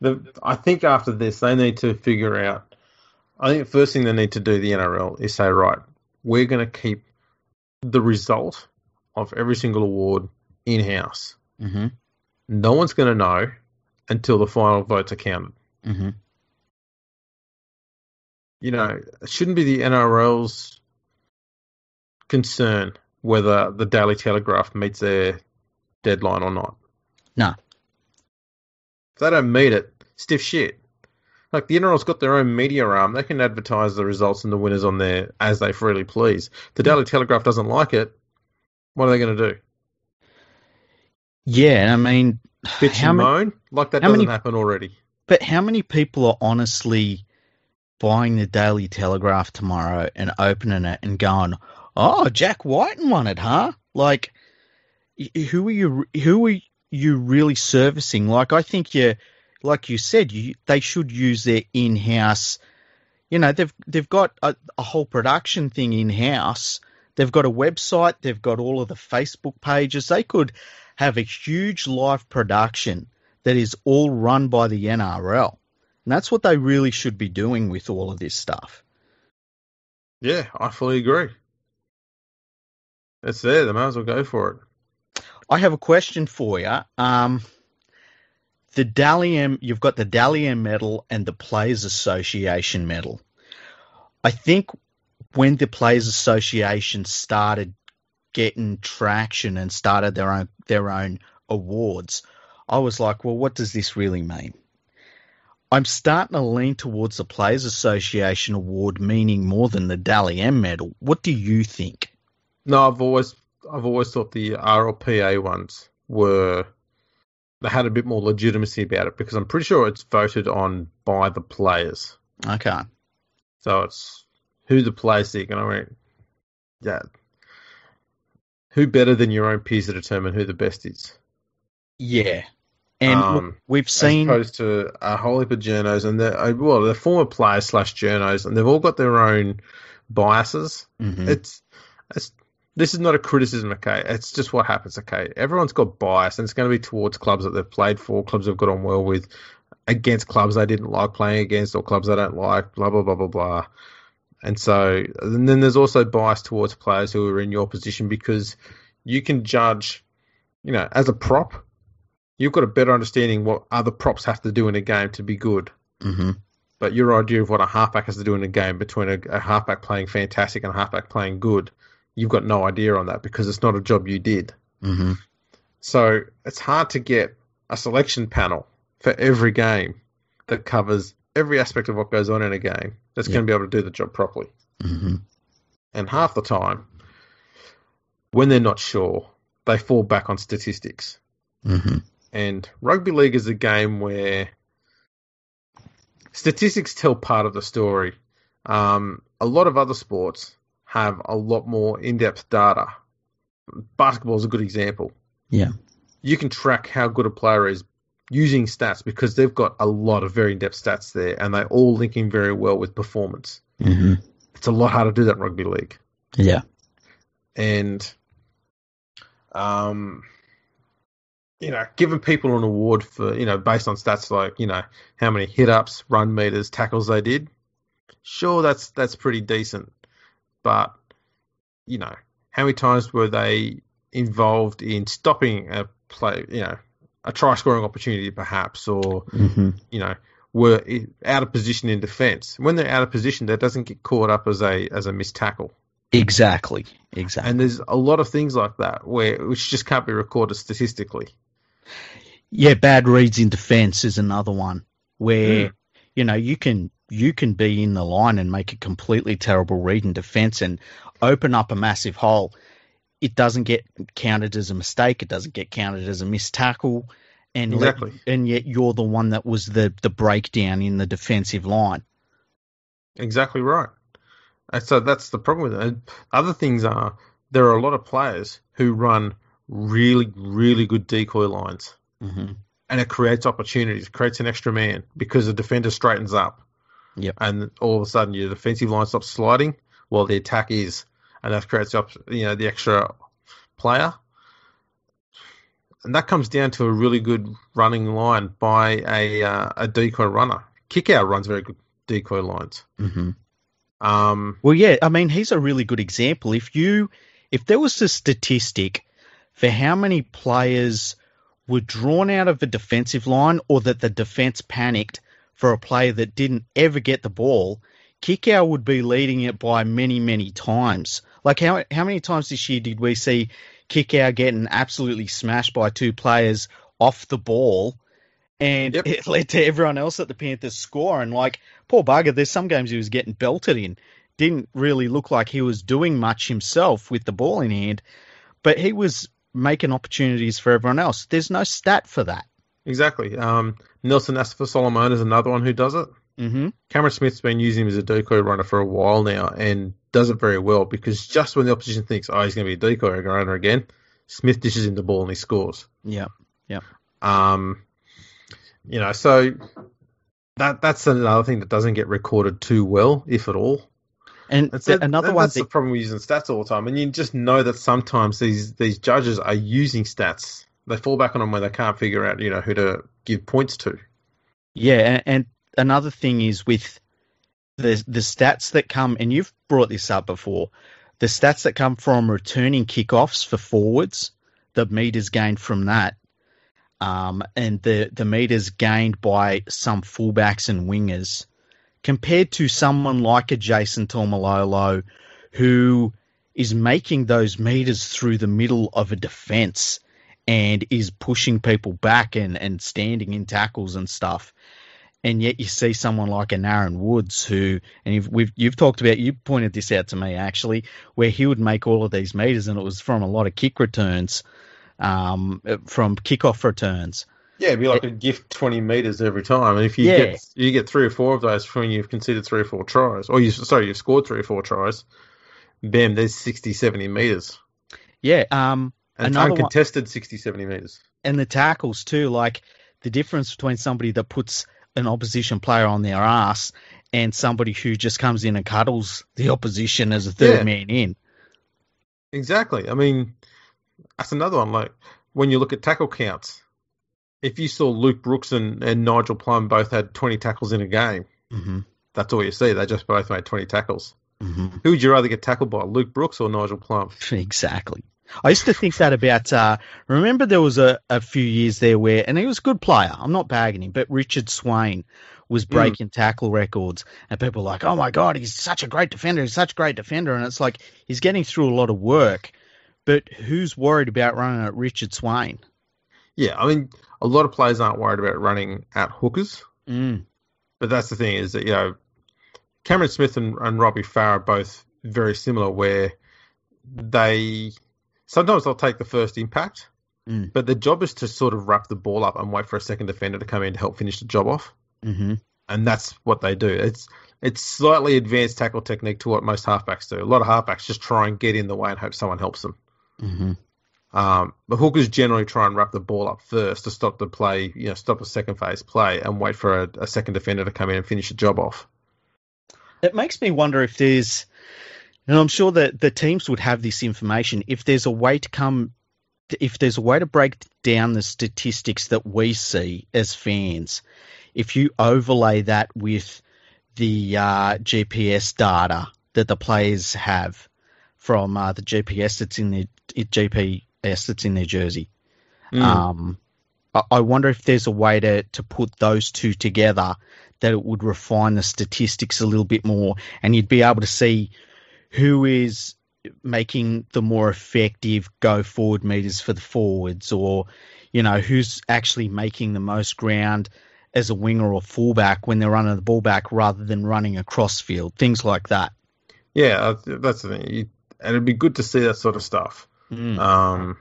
the, I think after this, they need to figure out. I think the first thing they need to do, the NRL, is say, right, we're going to keep the result of every single award in house.
Mm-hmm.
No one's going to know until the final votes are counted.
Mm-hmm.
You know, it shouldn't be the NRL's concern whether the Daily Telegraph meets their deadline or not.
No.
If they don't meet it, stiff shit. Like the NRL's got their own media arm; they can advertise the results and the winners on there as they freely please. If the Daily Telegraph doesn't like it. What are they going to do?
Yeah, and I mean,
Bitch
How
and
ma-
moan? Like that
how
doesn't
many-
happen already.
but how many people are honestly buying the Daily Telegraph tomorrow and opening it and going, "Oh, Jack Whiten won it, huh?" Like, y- who are you? Who are you really servicing? Like, I think you, like you said, you they should use their in-house. You know, they've they've got a, a whole production thing in-house. They've got a website. They've got all of the Facebook pages. They could have a huge live production that is all run by the NRL. And that's what they really should be doing with all of this stuff.
Yeah, I fully agree. It's there. They might as well go for it.
I have a question for you. Um, the Dalian, you've got the Dalian medal and the Players Association medal. I think when the Players Association started getting traction and started their own their own awards, I was like, well, what does this really mean? I'm starting to lean towards the Players Association award meaning more than the Dally M medal. What do you think?
No, I've always I've always thought the RLPA ones were they had a bit more legitimacy about it because I'm pretty sure it's voted on by the players.
Okay.
So it's who the players think, and I went, yeah. Who better than your own peers to determine who the best is?
Yeah. And
Um,
look, we've
Seen...
seen
As opposed to a whole heap of journos, and they're, uh, well, they're former players slash journos, and they've all got their own biases.
Mhm.
It's, it's this is not a criticism, okay? It's just what happens, okay? Everyone's got bias, and it's going to be towards clubs that they've played for, clubs they've got on well with, against clubs they didn't like playing against, or clubs they don't like, blah blah blah blah blah. And so, and then there's also bias towards players who are in your position because you can judge, you know, as a prop, you've got a better understanding what other props have to do in a game to be good
Mhm.
but your idea of what a halfback has to do in a game between a, a halfback playing fantastic and a halfback playing good, you've got no idea on that because it's not a job you did.
Mhm.
So it's hard to get a selection panel for every game that covers every aspect of what goes on in a game that's
Yeah.
going to be able to do the job properly.
Mhm.
And half the time, when they're not sure, they fall back on statistics.
Mhm.
And rugby league is a game where statistics tell part of the story. Um, a lot of other sports have a lot more in depth data. Basketball is a good example.
Yeah.
You can track how good a player is using stats because they've got a lot of very in depth stats there and they all link in very well with performance.
Mhm.
It's a lot harder to do that in rugby league
Yeah.
and um, you know, giving people an award for you know based on stats like you know how many hit ups, run meters, tackles they did. Sure, that's that's pretty decent, but you know, how many times were they involved in stopping a play? You know, a try scoring opportunity perhaps, or
Mhm.
you know were i- out of position in defence. When they're out of position, that doesn't get caught up as a as a missed tackle.
Exactly. Exactly.
And there's a lot of things like that where which just can't be recorded statistically.
Yeah, bad reads in defence is another one where
Mm.
you know you can you can be in the line and make a completely terrible read in defence and open up a massive hole. It doesn't get counted as a mistake. It doesn't get counted as a missed tackle, and let-
Exactly.
and yet you're the one that was the the breakdown in the defensive line.
Exactly right. And so that's the problem with it. And other things are there are a lot of players who run really, really good decoy lines
Mm-hmm.
and it creates opportunities, it creates an extra man because the defender straightens up.
Yep.
And all of a sudden your defensive line stops sliding while the attack is. And that creates the op- you know, the extra player. And that comes down to a really good running line by a uh, a decoy runner. Kick out runs very good decoy lines.
Mm-hmm.
Um,
Well, yeah, I mean, he's a really good example. If you, if there was a statistic for how many players were drawn out of a defensive line or that the defense panicked for a player that didn't ever get the ball, Kickow would be leading it by many, many times. Like how how many times this year did we see Kickow getting absolutely smashed by two players off the ball? And
Yep.
it (laughs) led to everyone else at the Panthers score. And like, poor bugger, there's some games he was getting belted in didn't really look like he was doing much himself with the ball in hand, but he was making opportunities for everyone else. There's no stat for that.
exactly. Um, Nelson Asifa Solomon is another one who does it.
hmm
Cameron Smith's been using him as a decoy runner for a while now and does it very well because just when the opposition thinks, oh, he's going to be a decoy runner again, Smith dishes him the ball and he scores.
Yeah.
Um, you know, so that that's another thing that doesn't get recorded too well, if at all.
And
And
th-
so
another
and
one
that's the
that,
problem with using stats all the time. And you just know that sometimes these these judges are using stats. They fall back on them when they can't figure out, you know, who to give points to.
yeah, and, and another thing is with the the stats that come, and you've brought this up before, the stats that come from returning kickoffs for forwards, the meters gained from that, um, and the the meters gained by some fullbacks and wingers. compared to someone like a Jason Tormalolo who is making those meters through the middle of a defense and is pushing people back and, and standing in tackles and stuff. And yet you see someone like an Aaron Woods who, and you've, we've, you've talked about, you pointed this out to me actually, where he would make all of these meters and it was from a lot of kick returns, um, from kickoff returns.
Yeah, it'd be like a gift twenty meters every time, and if you
Yeah.
get you get three or four of those when you've conceded three or four tries, or you sorry you've scored three or four tries, bam, there's 60, 70 meters,
Yeah. Um,
and
Another one-
uncontested sixty, seventy 60, 70 meters.
and the tackles too. Like the difference between somebody that puts an opposition player on their ass and somebody who just comes in and cuddles the opposition as a third
Yeah.
man in.
Exactly. I mean, that's another one. Like when you look at tackle counts, if you saw Luke Brooks and, and Nigel Plum both had twenty tackles in a game,
hmm
that's all you see. They just both made twenty tackles.
hmm
Who would you rather get tackled by, Luke Brooks or Nigel Plum?
(laughs) Exactly. I used to think that about. Uh, remember, there was a, a few years there where, and he was a good player. I'm not bagging him, but Richard Swain was breaking tackle records, and people were like, "Oh my god, he's such a great defender! He's such a great defender!" And it's like he's getting through a lot of work, but who's worried about running at Richard Swain?
Yeah, I mean, a lot of players aren't worried about running at hookers,
Mm.
but that's the thing is that you know, Cameron Smith and, and Robbie Farah are both very similar, where they sometimes they'll take the first impact,
Mm.
but their job is to sort of wrap the ball up and wait for a second defender to come in to help finish the job off,
Mm-hmm.
and that's what they do. It's it's slightly advanced tackle technique to what most halfbacks do. A lot of halfbacks just try and get in the way and hope someone helps them.
Mm-hmm.
Um, but hookers generally try and wrap the ball up first to stop the play, you know, stop a second phase play and wait for a, a second defender to come in and finish the job off.
It makes me wonder if there's, and I'm sure that the teams would have this information. If there's a way to come, if there's a way to break down the statistics that we see as fans, if you overlay that with the uh, GPS data that the players have from uh, the GPS that's in their GPS that's in their jersey,
Mm.
Um, I, I wonder if there's a way to, to put those two together that it would refine the statistics a little bit more and you'd be able to see who is making the more effective go forward meters for the forwards or, you know, who's actually making the most ground as a winger or fullback when they're running the ball back rather than running across field, things like that.
yeah, I- that's the thing. You, and it'd be good to see that sort of stuff.
Mm.
Um,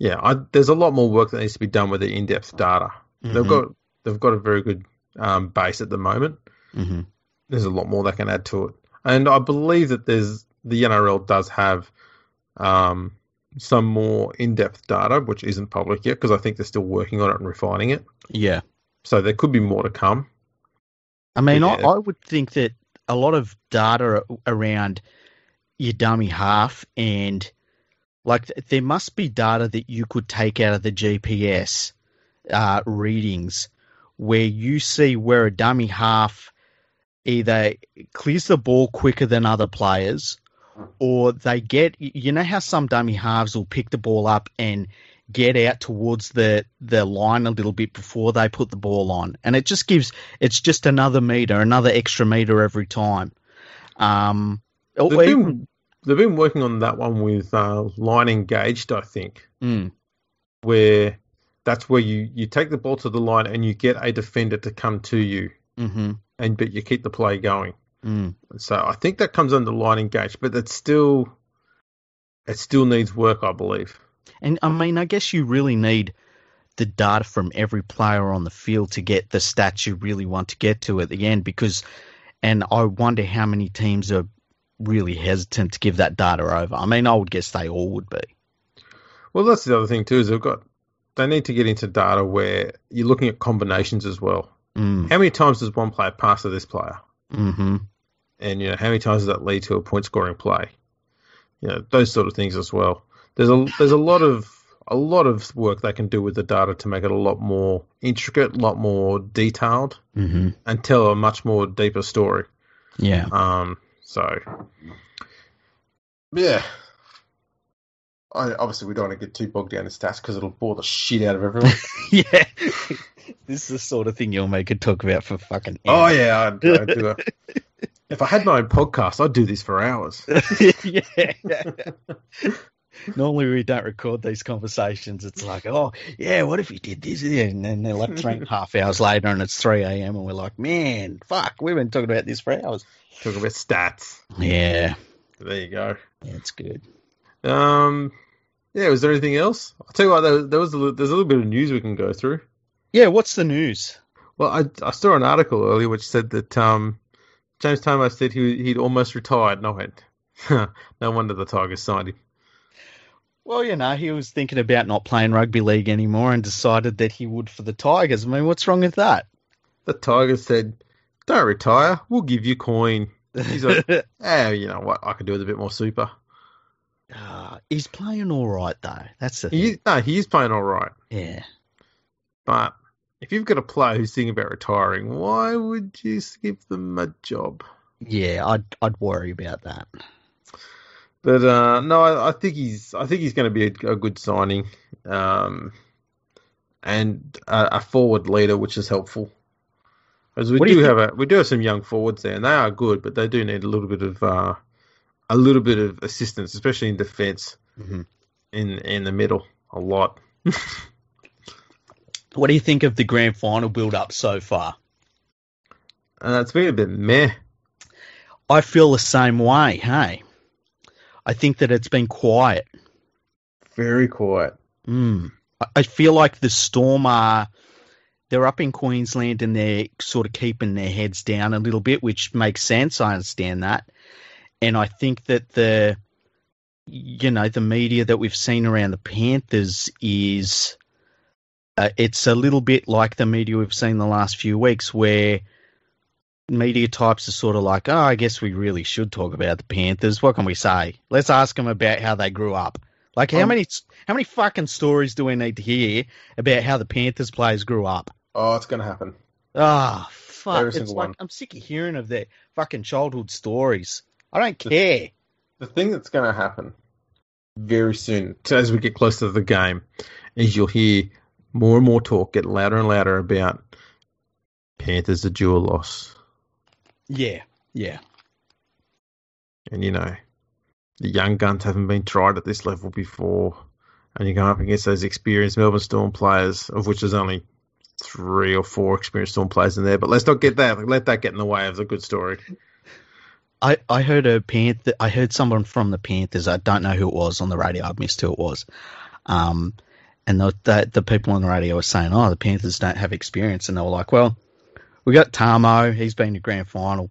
yeah, I, there's a lot more work that needs to be done with the in-depth data. They've
Mhm,
got they've got a very good um, base at the moment.
mhm.
there's a lot more they can add to it. And I believe that there's the NRL does have um, some more in-depth data, which isn't public yet, because I think they're still working on it and refining it.
Yeah.
So there could be more to come.
I mean, I,
Yeah.
I would think that a lot of data a- around your dummy half and like th- there must be data that you could take out of the GPS uh, readings where you see where a dummy half either clears the ball quicker than other players or they get you know how some dummy halves will pick the ball up and get out towards the the line a little bit before they put the ball on and it just gives it's just another meter another extra meter every time um or
They've been-
even-
They've been working on that one with uh, line engaged, I think,
Mm,
where that's where you, you take the ball to the line and you get a defender to come to you,
mhm,
and but you keep the play going.
mm.
So I think that comes under line engaged, but that's still it still needs work, I believe.
and i mean i guess you really need the data from every player on the field to get the stats you really want to get to at the end because and I wonder how many teams are really hesitant to give that data over. I mean, I would guess they all would be.
Well, that's the other thing too. Is they've got they need to get into data where you're looking at combinations as well.
Mm,
How many times does one player pass to this player,
hmm
and you know how many times does that lead to a point scoring play? You know those sort of things as well. There's a there's a lot of a lot of work they can do with the data to make it a lot more intricate, a lot more detailed,
hmm
and tell a much more deeper story.
Yeah. (laughs)
Um, so yeah. I, obviously, we don't want to get too bogged down in stats because it'll bore the shit out of everyone.
yeah. (laughs) This is the sort of thing you'll make a talk about for fucking.
Oh (laughs) yeah, I'd, I'd do that. (laughs) if I had my own podcast, I'd do this for (laughs) hours.
yeah. Normally we don't record these conversations. It's like, oh yeah, what if we did this? Yeah, And then they're like three
(laughs)
half hours later, and it's three a.m. and we're like, man, fuck, we've been talking about this for hours.
Talk about stats.
Yeah,
There you go.
yeah it's good.
Um, yeah. Was there anything else? I'll tell you what. There, there was a, li- there's a little bit of news we can go through.
Yeah, what's the news?
Well, I, I saw an article earlier which said that um, James Tomo said he he'd almost retired, and I went, (laughs) no wonder the Tigers signed him.
Well, you know, he was thinking about not playing rugby league anymore and decided that he would for the Tigers. I mean, what's wrong with that?
The Tigers said, "Don't retire. We'll give you coin." He's like, "Oh, you know what? I could do with a bit more super."
(laughs) Ah, he's playing all right though. That's the thing.
He, no, he's playing all right,
Yeah.
but if you've got a player who's thinking about retiring, why would you give them a job?
Yeah, I'd I'd worry about that.
But uh, no, I, I think he's I think he's going to be a, a good signing, um, and a, a forward leader, which is helpful. As we
What do
do,
you
have a, we do have some young forwards there, and they are good, but they do need a little bit of uh, a little bit of assistance, especially in defence
Mhm.
in in the middle a lot.
What do you think of the grand final build up so far?
Uh, it's been a bit meh.
I feel the same way, hey. I think that it's been quiet.
Very quiet.
Mm. I- I feel like the Storm are they're up in Queensland and they're sort of keeping their heads down a little bit, which makes sense. I understand that, and I think that the you know the media that we've seen around the Panthers is uh, it's a little bit like the media we've seen the last few weeks where. Media types are sort of like, oh, I guess we really should talk about the Panthers. What can we say? Let's ask them about how they grew up. Like, how
Um,
many how many fucking stories do we need to hear about how the Panthers players grew up?
Oh, it's going to happen.
Ah, fuck.
Every
It's
single
like
one.
I'm sick of hearing of their fucking childhood stories. I
(laughs)
don't care.
the thing that's going to happen very soon, t- as we get closer to the game, is you'll hear more and more talk get louder and louder about Panthers are dual loss,
Yeah, yeah.
and you know the young guns haven't been tried at this level before, and you go up against those experienced Melbourne Storm players, of which there's only three or four experienced Storm players in there. But let's not get that. Let that get in the way of the good story.
I, I heard a Panther. I heard someone from the Panthers. I don't know who it was on the radio. I missed who it was. Um, and the, the the people on the radio were saying, "Oh, the Panthers don't have experience," and they were like, "Well, we got Tamo. He's been to grand final.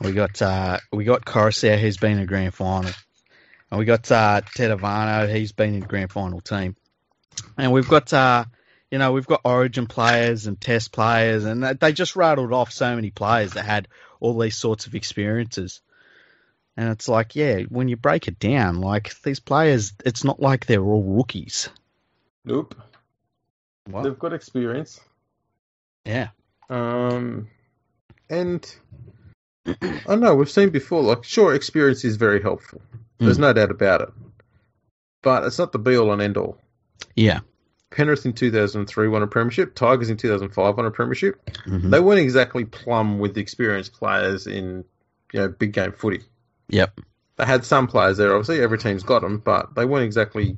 We got uh, we got Corsair. He's been to grand final, and we got uh, Tedavano. He's been in the grand final team, and we've got uh, you know, we've got Origin players and Test players, and they- they just rattled off so many players that had." all these sorts of experiences. And it's like, yeah, when you break it down, like these players, it's not like they're all rookies.
Nope, they've got experience.
Yeah.
Um, and I don't know we've seen before. Like, sure, experience is very helpful. There's no doubt about it. But it's not the be all and end all.
Yeah.
Penrith in 2003 won a premiership. Tigers in 2005 won a premiership.
Mhm.
They weren't exactly plumb with experienced players in, you know, big game footy.
Yep.
They had some players there. Obviously, every team's got them, but they weren't exactly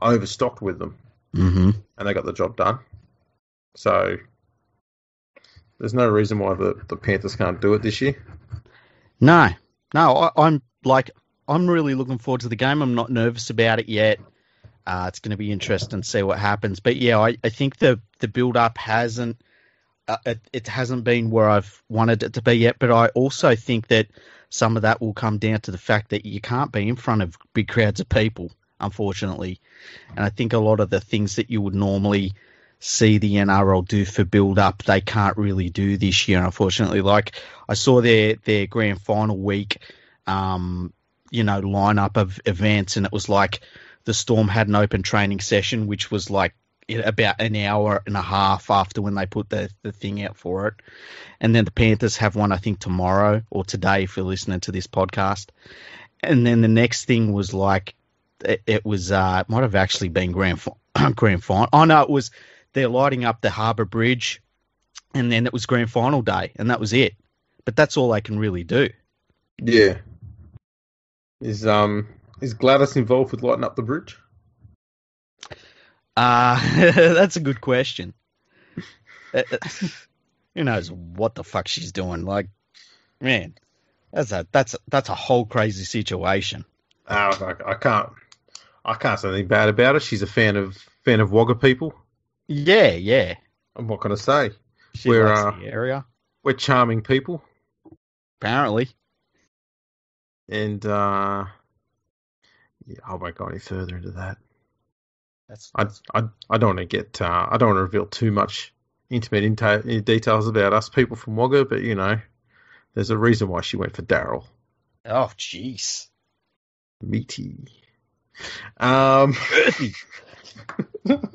overstocked with them,
Mhm.
and they got the job done. So there's no reason why the, the Panthers can't do it this year.
No, no, I, I'm like, I'm really looking forward to the game. I'm not nervous about it yet. Uh, it's going to be interesting to see what happens. But yeah, I, I think the the build up hasn't uh, it, it hasn't been where I've wanted it to be yet. But I also think that some of that will come down to the fact that you can't be in front of big crowds of people, unfortunately. And I think a lot of the things that you would normally see the NRL do for build up, they can't really do this year, unfortunately. Like I saw their their grand final week, um, you know, lineup of events, and it was like the Storm had an open training session, which was like about an hour and a half after when they put the, the thing out for it. And then the Panthers have one, I think, tomorrow or today if you're listening to this podcast. And then the next thing was (clears throat) like, it, it was, uh, it might have actually been grand, fi- grand final. Oh, no, it was they're lighting up the Harbour Bridge, and then it was grand final day, and that was it. But that's all they can really do.
Yeah. Is um is Gladys involved with lighting up the bridge?
Uh, (laughs) that's a good question. Uh, Who knows what the fuck she's doing? Like, man, that's a that's a, that's a whole crazy situation.
Uh, I, I can't I can't say anything bad about her. She's a fan of fan of Wagga people.
Yeah, yeah.
I'm not gonna say.
She
Where,
likes
uh,
the area
We're charming people.
apparently.
And uh yeah, I won't go any further into that.
That's,
I I, I don't want to get uh, I don't want to reveal too much intimate into, details about us people from Wagga, but you know, there's a reason why she went for Daryl.
oh
(laughs)
jeez. (laughs)
Meaty. Um,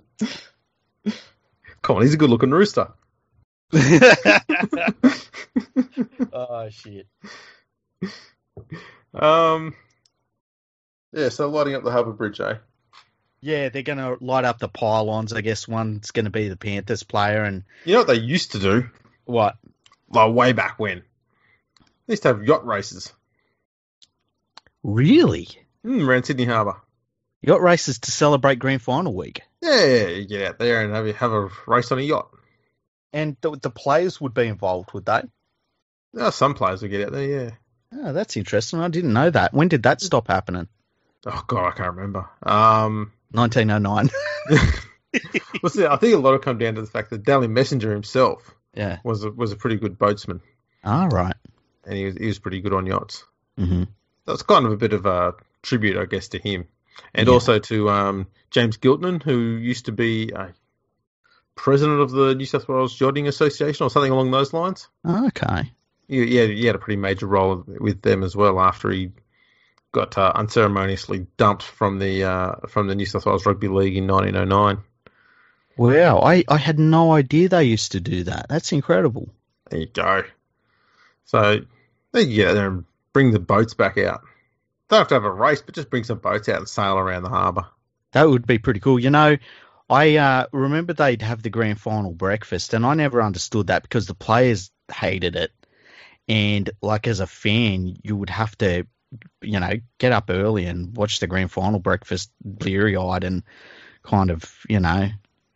(laughs) come on, he's a good looking rooster.
oh shit.
Um, yeah, so lighting up the Harbour Bridge, eh?
Yeah, they're gonna light up the pylons. I guess one's gonna be the Panthers player, and
You know what they used to do,
what?
like way back when? They used to have yacht races
Really?
mm, around Sydney Harbour.
Yacht races to celebrate grand final week,
Yeah, you get out there and have, a- have a race on a yacht.
and the, the players would be involved, would they?
Oh, some players will get out there, yeah.
Oh, that's interesting. I didn't know that. When did that stop happening?
Oh god, I can't remember. Um,
(laughs) 1909.
well, see, I think a lot of come down to the fact that Daly Messenger himself
yeah.
was a, was a pretty good boatsman,
All right.
and he was he was pretty good on yachts.
Mm-hmm.
That's kind of a bit of a tribute, I guess, to him, and
Yeah.
also to um, James Giltman, who used to be a president of the New South Wales Yachting Association or something along those lines.
Okay.
He, he, had, he had a pretty major role with them as well after he got uh, unceremoniously dumped from the uh, from the New South Wales Rugby League in 1909.
Wow. I, I had no idea they used to do that. That's incredible.
There you go. So there you get out there and bring the boats back out. Don't have to have a race, but just bring some boats out and sail around the harbour.
That would be pretty cool. You know, I uh, remember they'd have the grand final breakfast, and I never understood that because the players hated it. And, like, as a fan, you would have to, you know, get up early and watch the grand final breakfast bleary eyed and kind of, you know,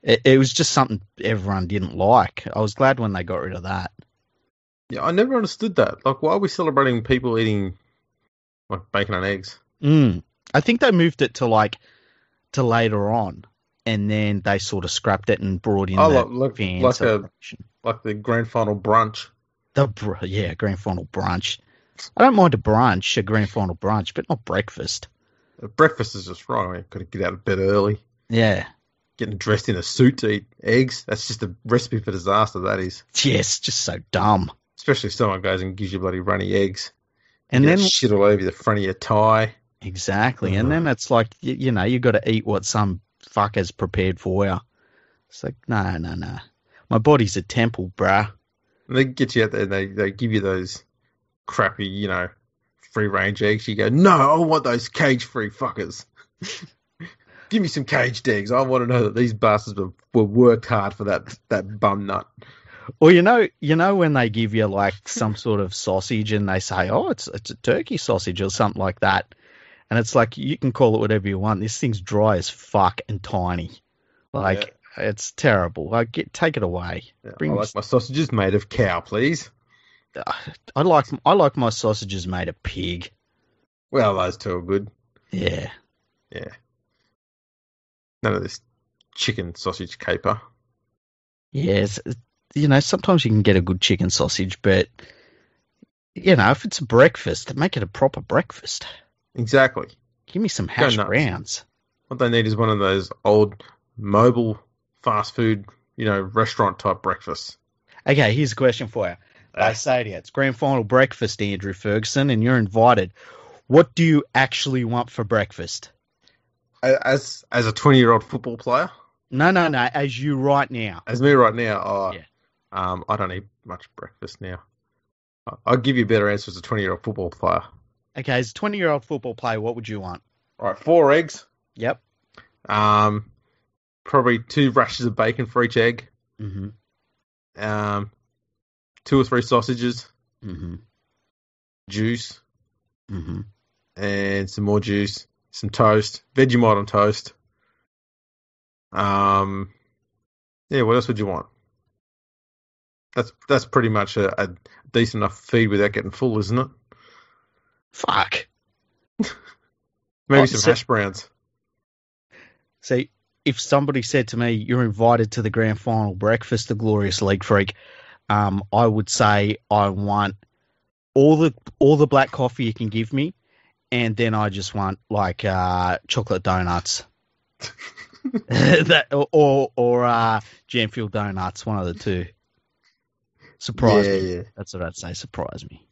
it, it was just something everyone didn't like. I was glad when they got rid of that.
Yeah, I never understood that. Like, why are we celebrating people eating like bacon and eggs?
Mm. I think they moved it to, like, to later on. And then they sort of scrapped it and brought in
oh,
the
like like,
fan
like a
celebration.
like the grand final brunch.
The br- yeah, grand final brunch. I don't mind a brunch, a grand final brunch, but not breakfast.
Uh, Breakfast is just wrong. I've got to get out of bed early.
Yeah.
Getting dressed in a suit to eat eggs. That's just a recipe for disaster. That is,
Yes, just so dumb.
especially if someone goes and gives you bloody runny eggs.
And
You get
then
shit all over the front of your tie.
exactly, and then it's like you, you know you got to eat what some fuckers prepared for you. It's like no, no, no. My body's a temple, bruh.
And they get you out there and they, they give you those crappy, you know, free range eggs. You go, no, I want those cage free fuckers. (laughs) give me some caged eggs. I want to know that these bastards were, were worked hard for that, that bum nut.
Or you know, you know when they give you like some sort of sausage and they say, "Oh, it's it's a turkey sausage" or something like that, and it's like you can call it whatever you want. This thing's dry as fuck and tiny, like it's terrible. Like get, take it away.
Yeah,
Bring
I like my sausages made of cow, please.
I like I like my sausages made of pig.
Well, those two are good.
Yeah,
None of this chicken sausage caper.
yeah. It's, you know, sometimes you can get a good chicken sausage, but you know, if it's a breakfast, make it a proper breakfast.
Exactly.
Give me some hash
nuts.
browns.
What they need is one of those old mobile fast food, you know, restaurant type breakfasts.
Okay, here's a question for you. I
Ah.
say to you, it's grand final breakfast, Andrew Ferguson, and you're invited. What do you actually want for breakfast?
A- As as a twenty year old football player,
No, no, no, as you right now.
As me right now, oh,
Yeah.
um, I don't eat much breakfast now. I- I'll give you a better answer as a 20 year old football player.
Okay, as a 20 year old football player, what would you want?
All right, four eggs,
Yep.
um, probably two rashers of bacon for each egg,
Mm-hmm.
um, two or three sausages,
Mm-hmm.
juice,
Mm-hmm.
and some more juice, some toast, Vegemite on toast. Um, yeah, what else would you want? That's that's pretty much a, a decent enough feed without getting full, isn't it?
Fuck.
Maybe
Oh,
some
so-
hash browns.
See, if somebody said to me, "You're invited to the grand final breakfast, the glorious league freak," um, I would say I want all the all the black coffee you can give me, and then I just want like uh, chocolate donuts, (laughs) that or or uh, jam filled donuts, one of the two. Surprise
yeah,
me.
yeah.
That's what I'd say. Surprise me.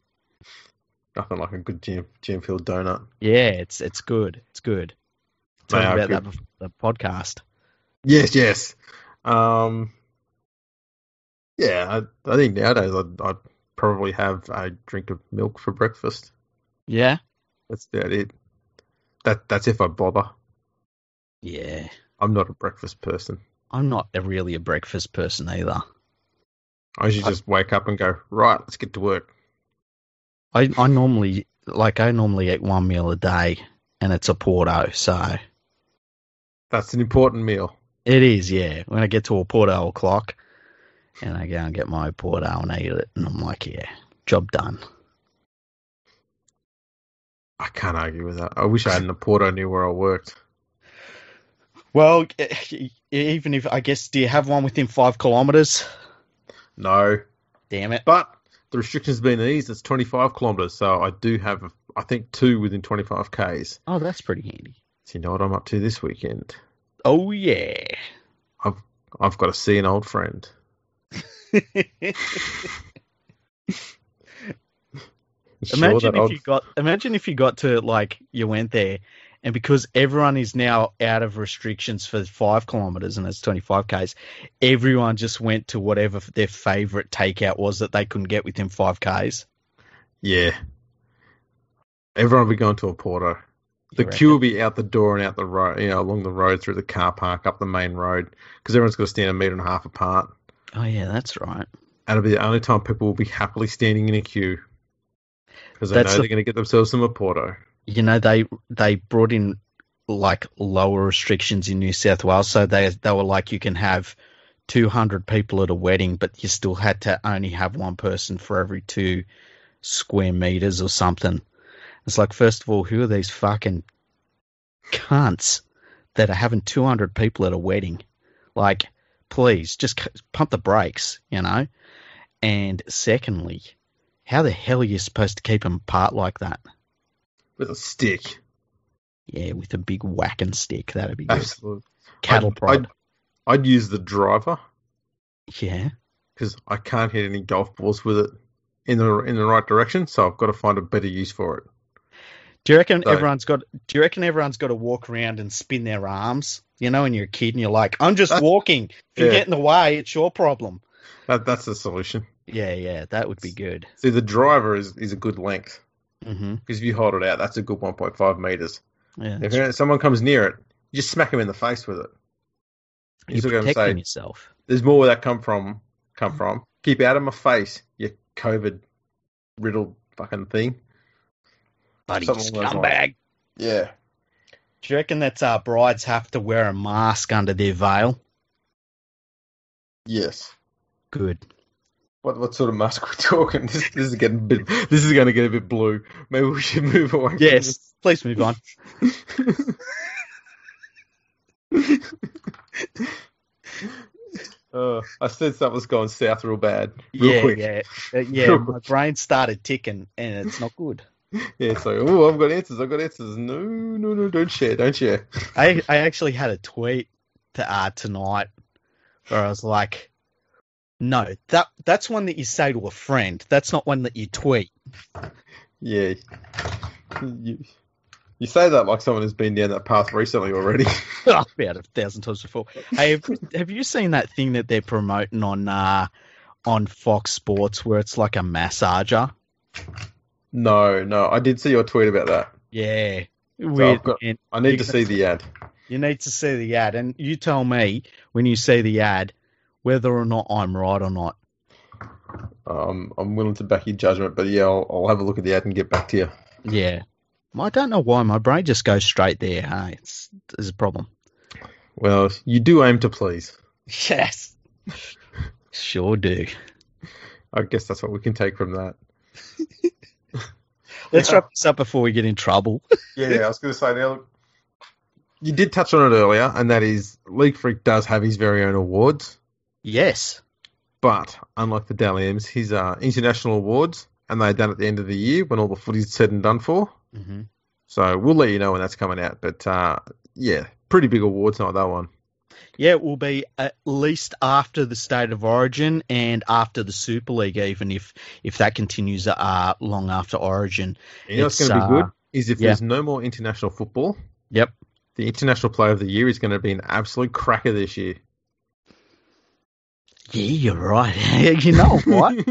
Nothing like a good jam jam filled donut.
Yeah, it's it's good. It's good. Tell
They
me
are
about
good.
that before the podcast.
Yes, yes. Um, yeah, I, I think nowadays I'd, I'd probably have a drink of milk for breakfast.
Yeah.
That's about it. That that's if I bother.
Yeah.
I'm not a breakfast person.
I'm not a, really a breakfast person either.
I usually just wake up and go, right, let's get to work.
I I normally like I normally eat one meal a day, and it's a porto. So
That's an important meal.
it is. Yeah. When I get to a porto o'clock, and I go and get my porto and I eat it, and I'm like, yeah, job done.
I can't argue with that. I wish I (laughs) hadn't a porto near where I worked.
Well, e, even if I guess, do you have one within five kilometers?
No,
Damn it.
but the restrictions have been eased. It's 25 kilometres, so I do have, I think, two within 25 k's.
Oh, that's pretty handy.
So you know what I'm up to this weekend?
Oh yeah. (laughs)
I've got to see an old friend. Sure,
imagine
that
if
old-
you got imagine if you got to like you went there and because everyone is now out of restrictions for five kilometers and it's 25 k's everyone just went to whatever their favorite takeout was that they couldn't get within five k's
Yeah. Everyone will be going to a porto. The
You reckon?
queue will be out the door and out the road, you know, along the road through the car park, up the main road, because everyone's got to stand a metre and a half apart.
oh yeah that's right
And it'll be the only time people will be happily standing in a queue because they
That's
know
the-
they're going to get themselves some Porto.
you know they they brought in like lower restrictions in New South Wales, so they they were like you can have two hundred people at a wedding, but you still had to only have one person for every two square meters or something. It's like first of all, who are these fucking cunts that are having two hundred people at a wedding? Like, please just c- pump the brakes, you know. And secondly, how the hell are you supposed to keep them apart like that?
with a stick.
Yeah, with a big whacking stick,
(laughs)
that'd be good.
Absolutely.
Cattle
I'd,
prod.
I'd, I'd use the driver
yeah.
because I can't hit any golf balls with it in the in the right direction, so I've got to find a better use for it.
Do you reckon
So-
everyone's got? Do you reckon everyone's got to walk around and spin their arms? You know, when you're a kid and you're like, "I'm
(laughs)
just walking. If you
Yeah.
get in the way, it's your problem."
That, that's the solution.
Yeah, yeah, that would be good.
See, the driver is, is a good length
hmm
because if you hold it out, that's a good 1.5 meters.
Yeah,
If you- someone comes near it, you just smack them in the face with it. You
you're
still got to
protecting
say,
yourself.
"There's more where that come from. Come from. Keep out of my face, you COVID riddled fucking thing."
Buddy,
something along those
scumbag.
Yeah.
Do you reckon that uh, brides have to wear a mask under their veil?
Yes.
Good.
What what sort of mask are we (laughs) talking? This, this is getting a bit. This is going to get a bit blue. Maybe we should move away. from this. (laughs)
Yes. Please move on.
Uh, I sensed that was going south real bad, real
yeah,
quick.
yeah, Uh, yeah.
Real
My
quick.
brain started ticking, and it's not good.
(laughs) Yeah, it's like, oh, I've got answers, I've got answers. No, no, no, don't share, don't share.
I I actually had a tweet to, uh, tonight where I was like, "No, that that's one that you say to a friend. That's not one that you tweet." (laughs)
Yeah. You, you say that like someone who's been down that path recently already. (laughs)
I've been a thousand times before. Hey, have, have you seen that thing that they're promoting on uh, on Fox Sports where it's like a massager?
no, no, I did see your tweet about that.
Yeah, with
got-
and
I need
You
to
can-
see the ad.
You need to see the ad, and you tell me when you see the ad whether or not I'm right or not.
Um, I'm willing to back your judgment, but yeah, I'll, I'll have a look at the ad and get back to you.
Yeah. I don't know why my brain just goes straight there. Hey, it's, it's a problem.
Well, you do aim to please.
Yes. (laughs) Sure do.
I guess that's what we can take from that.
Let's wrap this up before we get in trouble. (laughs)
Yeah, yeah I was going to say now. You did touch on it earlier, and that is League Freak does have his very own awards,
Yes.
but unlike the Dalims, his uh, international awards, and they're done at the end of the year when all the footy's said and done for.
Mm-hmm.
So we'll let you know when that's coming out. But uh, yeah, pretty big awards night that one.
Yeah, it will be at least after the State of Origin and after the Super League, even if if that continues uh, long after Origin.
You know what's
It's,
going to be
uh,
good is if
yeah.
there's no more international football.
Yep.
The international player of the year is going to be an absolute cracker this year.
Yeah, you're right. (laughs) you know (laughs) what?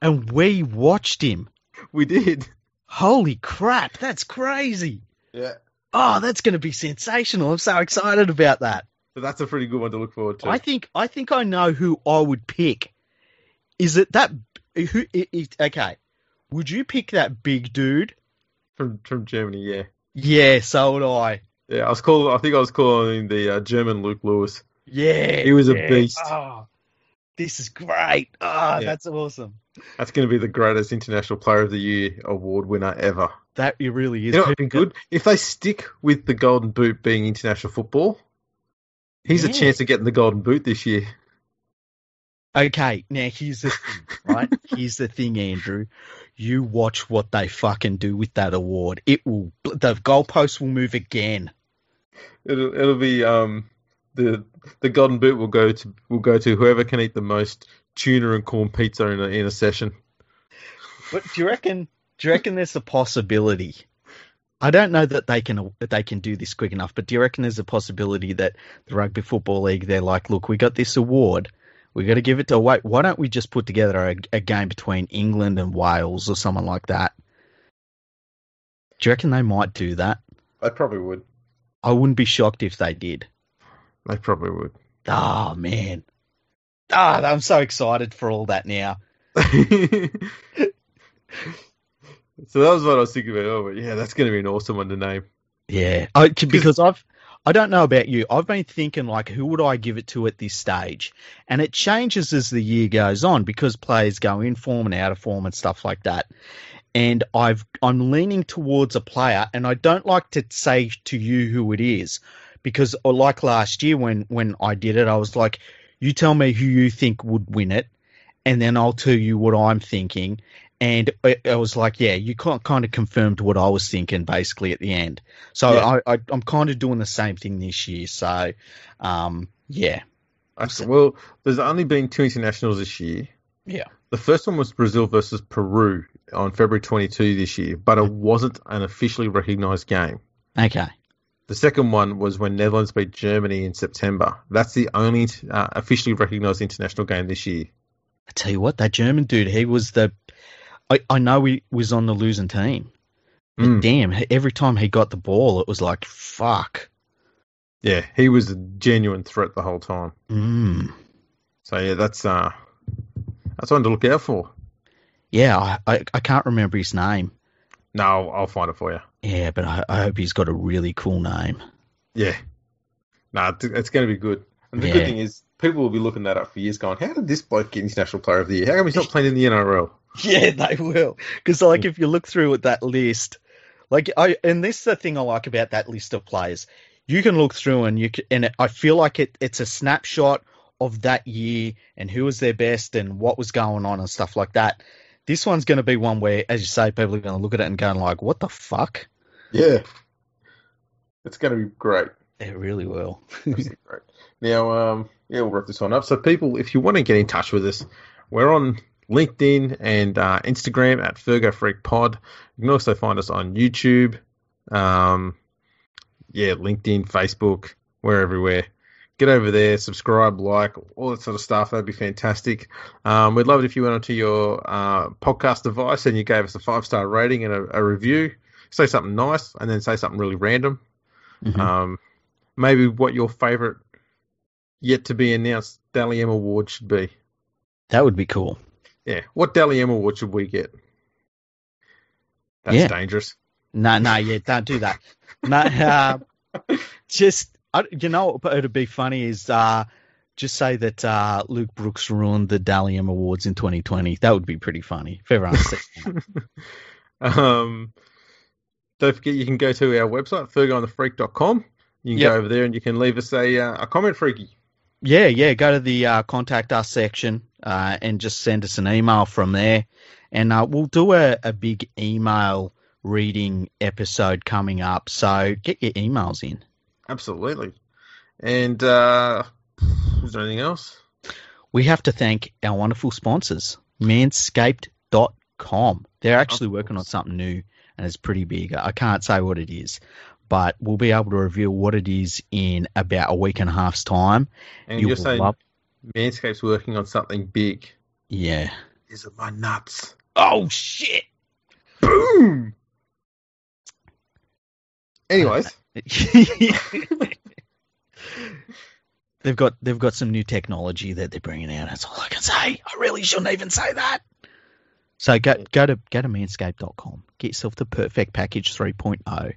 and we watched him.
(laughs) we did.
Holy crap, that's crazy.
Yeah.
Oh, that's going to be sensational. I'm so excited about that.
So that's a pretty good one to look forward to.
I think I think I know who I would pick. Is it that who? It, it, okay, would you pick that big dude?
from from Germany, yeah.
Yeah, so would I.
Yeah, I was calling. I think I was calling him the uh, German Luke Lewis.
Yeah,
He was a
yeah.
beast.
Oh, this is great. Ah,
Yeah.
that's awesome.
That's going to be the greatest international player of the year award winner ever.
That it really
You
is.
know, it'd be good if they stick with the Golden Boot being international football. He's a
Yeah.
chance of getting the Golden Boot this year.
Okay, now here's the thing,
(laughs)
right? here's the thing, Andrew. You watch what they fucking do with that award. It will. The goalposts will move again.
It'll it'll be um the the Golden Boot will go to will go to whoever can eat the most tuna and corn pizza in a in a session.
But do you reckon? Do you reckon there's a possibility? I don't know that they can that they can do this quick enough, but do you reckon there's a possibility that the Rugby Football League they're like, look, we got this award, we got to give it to wait. Why don't we just put together a, a game between England and Wales or someone like that? Do you reckon they might do that?
They probably would.
I wouldn't be shocked if they did.
They probably would. (laughs)
Oh man, ah, I'm so excited for all that now.
so that was what I was thinking about. Oh, but yeah, that's going to be an awesome one to name.
Yeah, I, c- because I've I don't know about you. I've been thinking like, who would I give it to at this stage? And it changes as the year goes on because players go in form and out of form and stuff like that. And I've I'm leaning towards a player, and I don't like to say to you who it is because, or like last year when when I did it, I was like, you tell me who you think would win it, and then I'll tell you what I'm thinking. And I, I was like, yeah, you kind of confirmed what I was thinking basically at the end. So
Yeah.
I, I, I'm kind of doing the same thing this year. So, um, yeah,
Actually, well, there's only been two internationals this year.
Yeah.
The first one was Brazil versus Peru on February 22 this year, but it wasn't an officially recognised game.
okay,
The second one was when Netherlands beat Germany in September. That's the only uh, officially recognised international game this year.
I tell you what, that German dude, he was the. I, I know he was on the losing team. But
Mm.
damn, every time he got the ball, it was like fuck.
Yeah, he was a genuine threat the whole time.
Mm.
So yeah, that's uh, that's one to look out for.
Yeah, I, I, I can't remember his name.
No, I'll, I'll find it for you.
Yeah, but I, I hope he's got a really cool name.
Yeah. No, it's- it's going to be good. And the good
Yeah.
thing is, people will be looking that up for years going, how did this bloke get International Player of the Year? How come he's not playing in the NRL?
Yeah, they will. Because like if you look through at that list, like I and this is the thing I like about that list of players. You can look through and you can, and I feel like it it's a snapshot of that year and who was their best and what was going on and stuff like that. This one's going to be one where, as you say, people are going to look at it and going like, "What the fuck?"
Yeah. It's going to be great.
It really will.
Absolutely great. Now, um, yeah, we'll wrap this one up. So, people, if you want to get in touch with us, we're on LinkedIn and uh, Instagram at Fergo Freak Pod. You can also find us on YouTube. Um, yeah, LinkedIn, Facebook, we're everywhere. Get over there, subscribe, like, all that sort of stuff. That'd be fantastic. Um, we'd love it if you went onto your uh, podcast device and you gave us a five star rating and a, a review. Say something nice and then say something really random.
Mhm.
Um, maybe what your favourite yet to be announced Dally M award should be.
That would be cool.
Yeah, what Dally M award should we get? That's
Yeah.
dangerous.
No, no, yeah, don't do that. no, (laughs) uh, just I, you know, what it'd be funny is uh, just say that uh, Luke Brooks ruined the Dalium Awards in 2020. That would be pretty funny if everyone said that.
Um, don't forget you can go to our website, fergonthefreak.com. You can
Yep.
go over there and you can leave us a uh, a comment, Freaky.
Yeah, yeah, go to the uh, contact us section uh, and just send us an email from there, and uh, we'll do a, a big email reading episode coming up. So get your emails in.
Absolutely. And uh, is there anything else?
we have to thank our wonderful sponsors, manscaped.com. They're actually working on something new and it's pretty big. I can't say what it is, but we'll be able to reveal what it is in about a week and a half's time.
And
You
you're
will
saying
love-
Manscaped's working on something big.
Yeah.
Is it my nuts?
Oh, shit.
Boom! Anyways,
(laughs) they've got they've got some new technology that they're bringing out. That's all I can say. I really shouldn't even say that. So go go to go to manscaped.com. Get yourself the perfect package 3.0.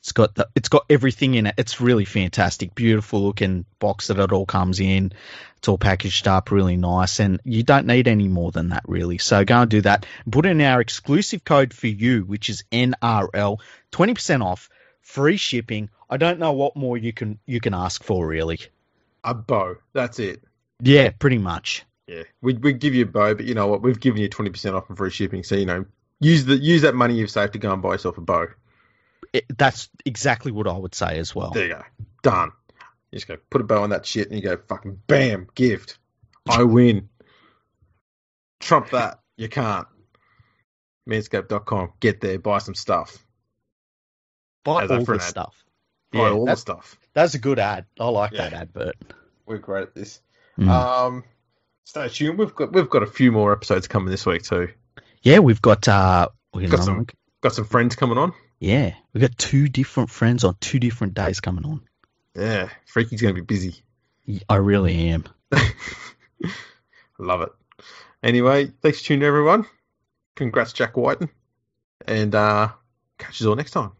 It's got the it's got everything in it. It's really fantastic, beautiful looking box that it all comes in. It's all packaged up really nice, and you don't need any more than that really. So go and do that. Put in our exclusive code for you, which is NRL, twenty percent off, free shipping. I don't know what more you can you can ask for really.
a bow. That's it.
Yeah, pretty much.
Yeah, we we give you a bow, but you know what? We've given you twenty percent off and free shipping. So you know, use the use that money you've saved to go and buy yourself a bow.
It, that's exactly what I would say as well.
There you go. Done. You just go put a bow on that shit, and you go fucking bam, gift. I win. Trump that. You can't. Manscaped.com. Get there. Buy some stuff.
Buy all
As that for
the
an ad.
stuff.
Buy
Yeah,
all
that's,
the stuff.
that's a good ad. I like
Yeah.
that advert.
We're great at this.
Mm.
Um, stay tuned. We've got we've got a few more episodes coming this week too.
yeah, we've got uh, we
Got some- Got some friends coming on.
Yeah, we got two different friends on two different days coming on.
Yeah, Freaky's going to be busy. (laughs)
I really am.
Love it. Anyway, thanks for tuning in, everyone. Congrats, Jack Whiten. And uh, catch you all next time.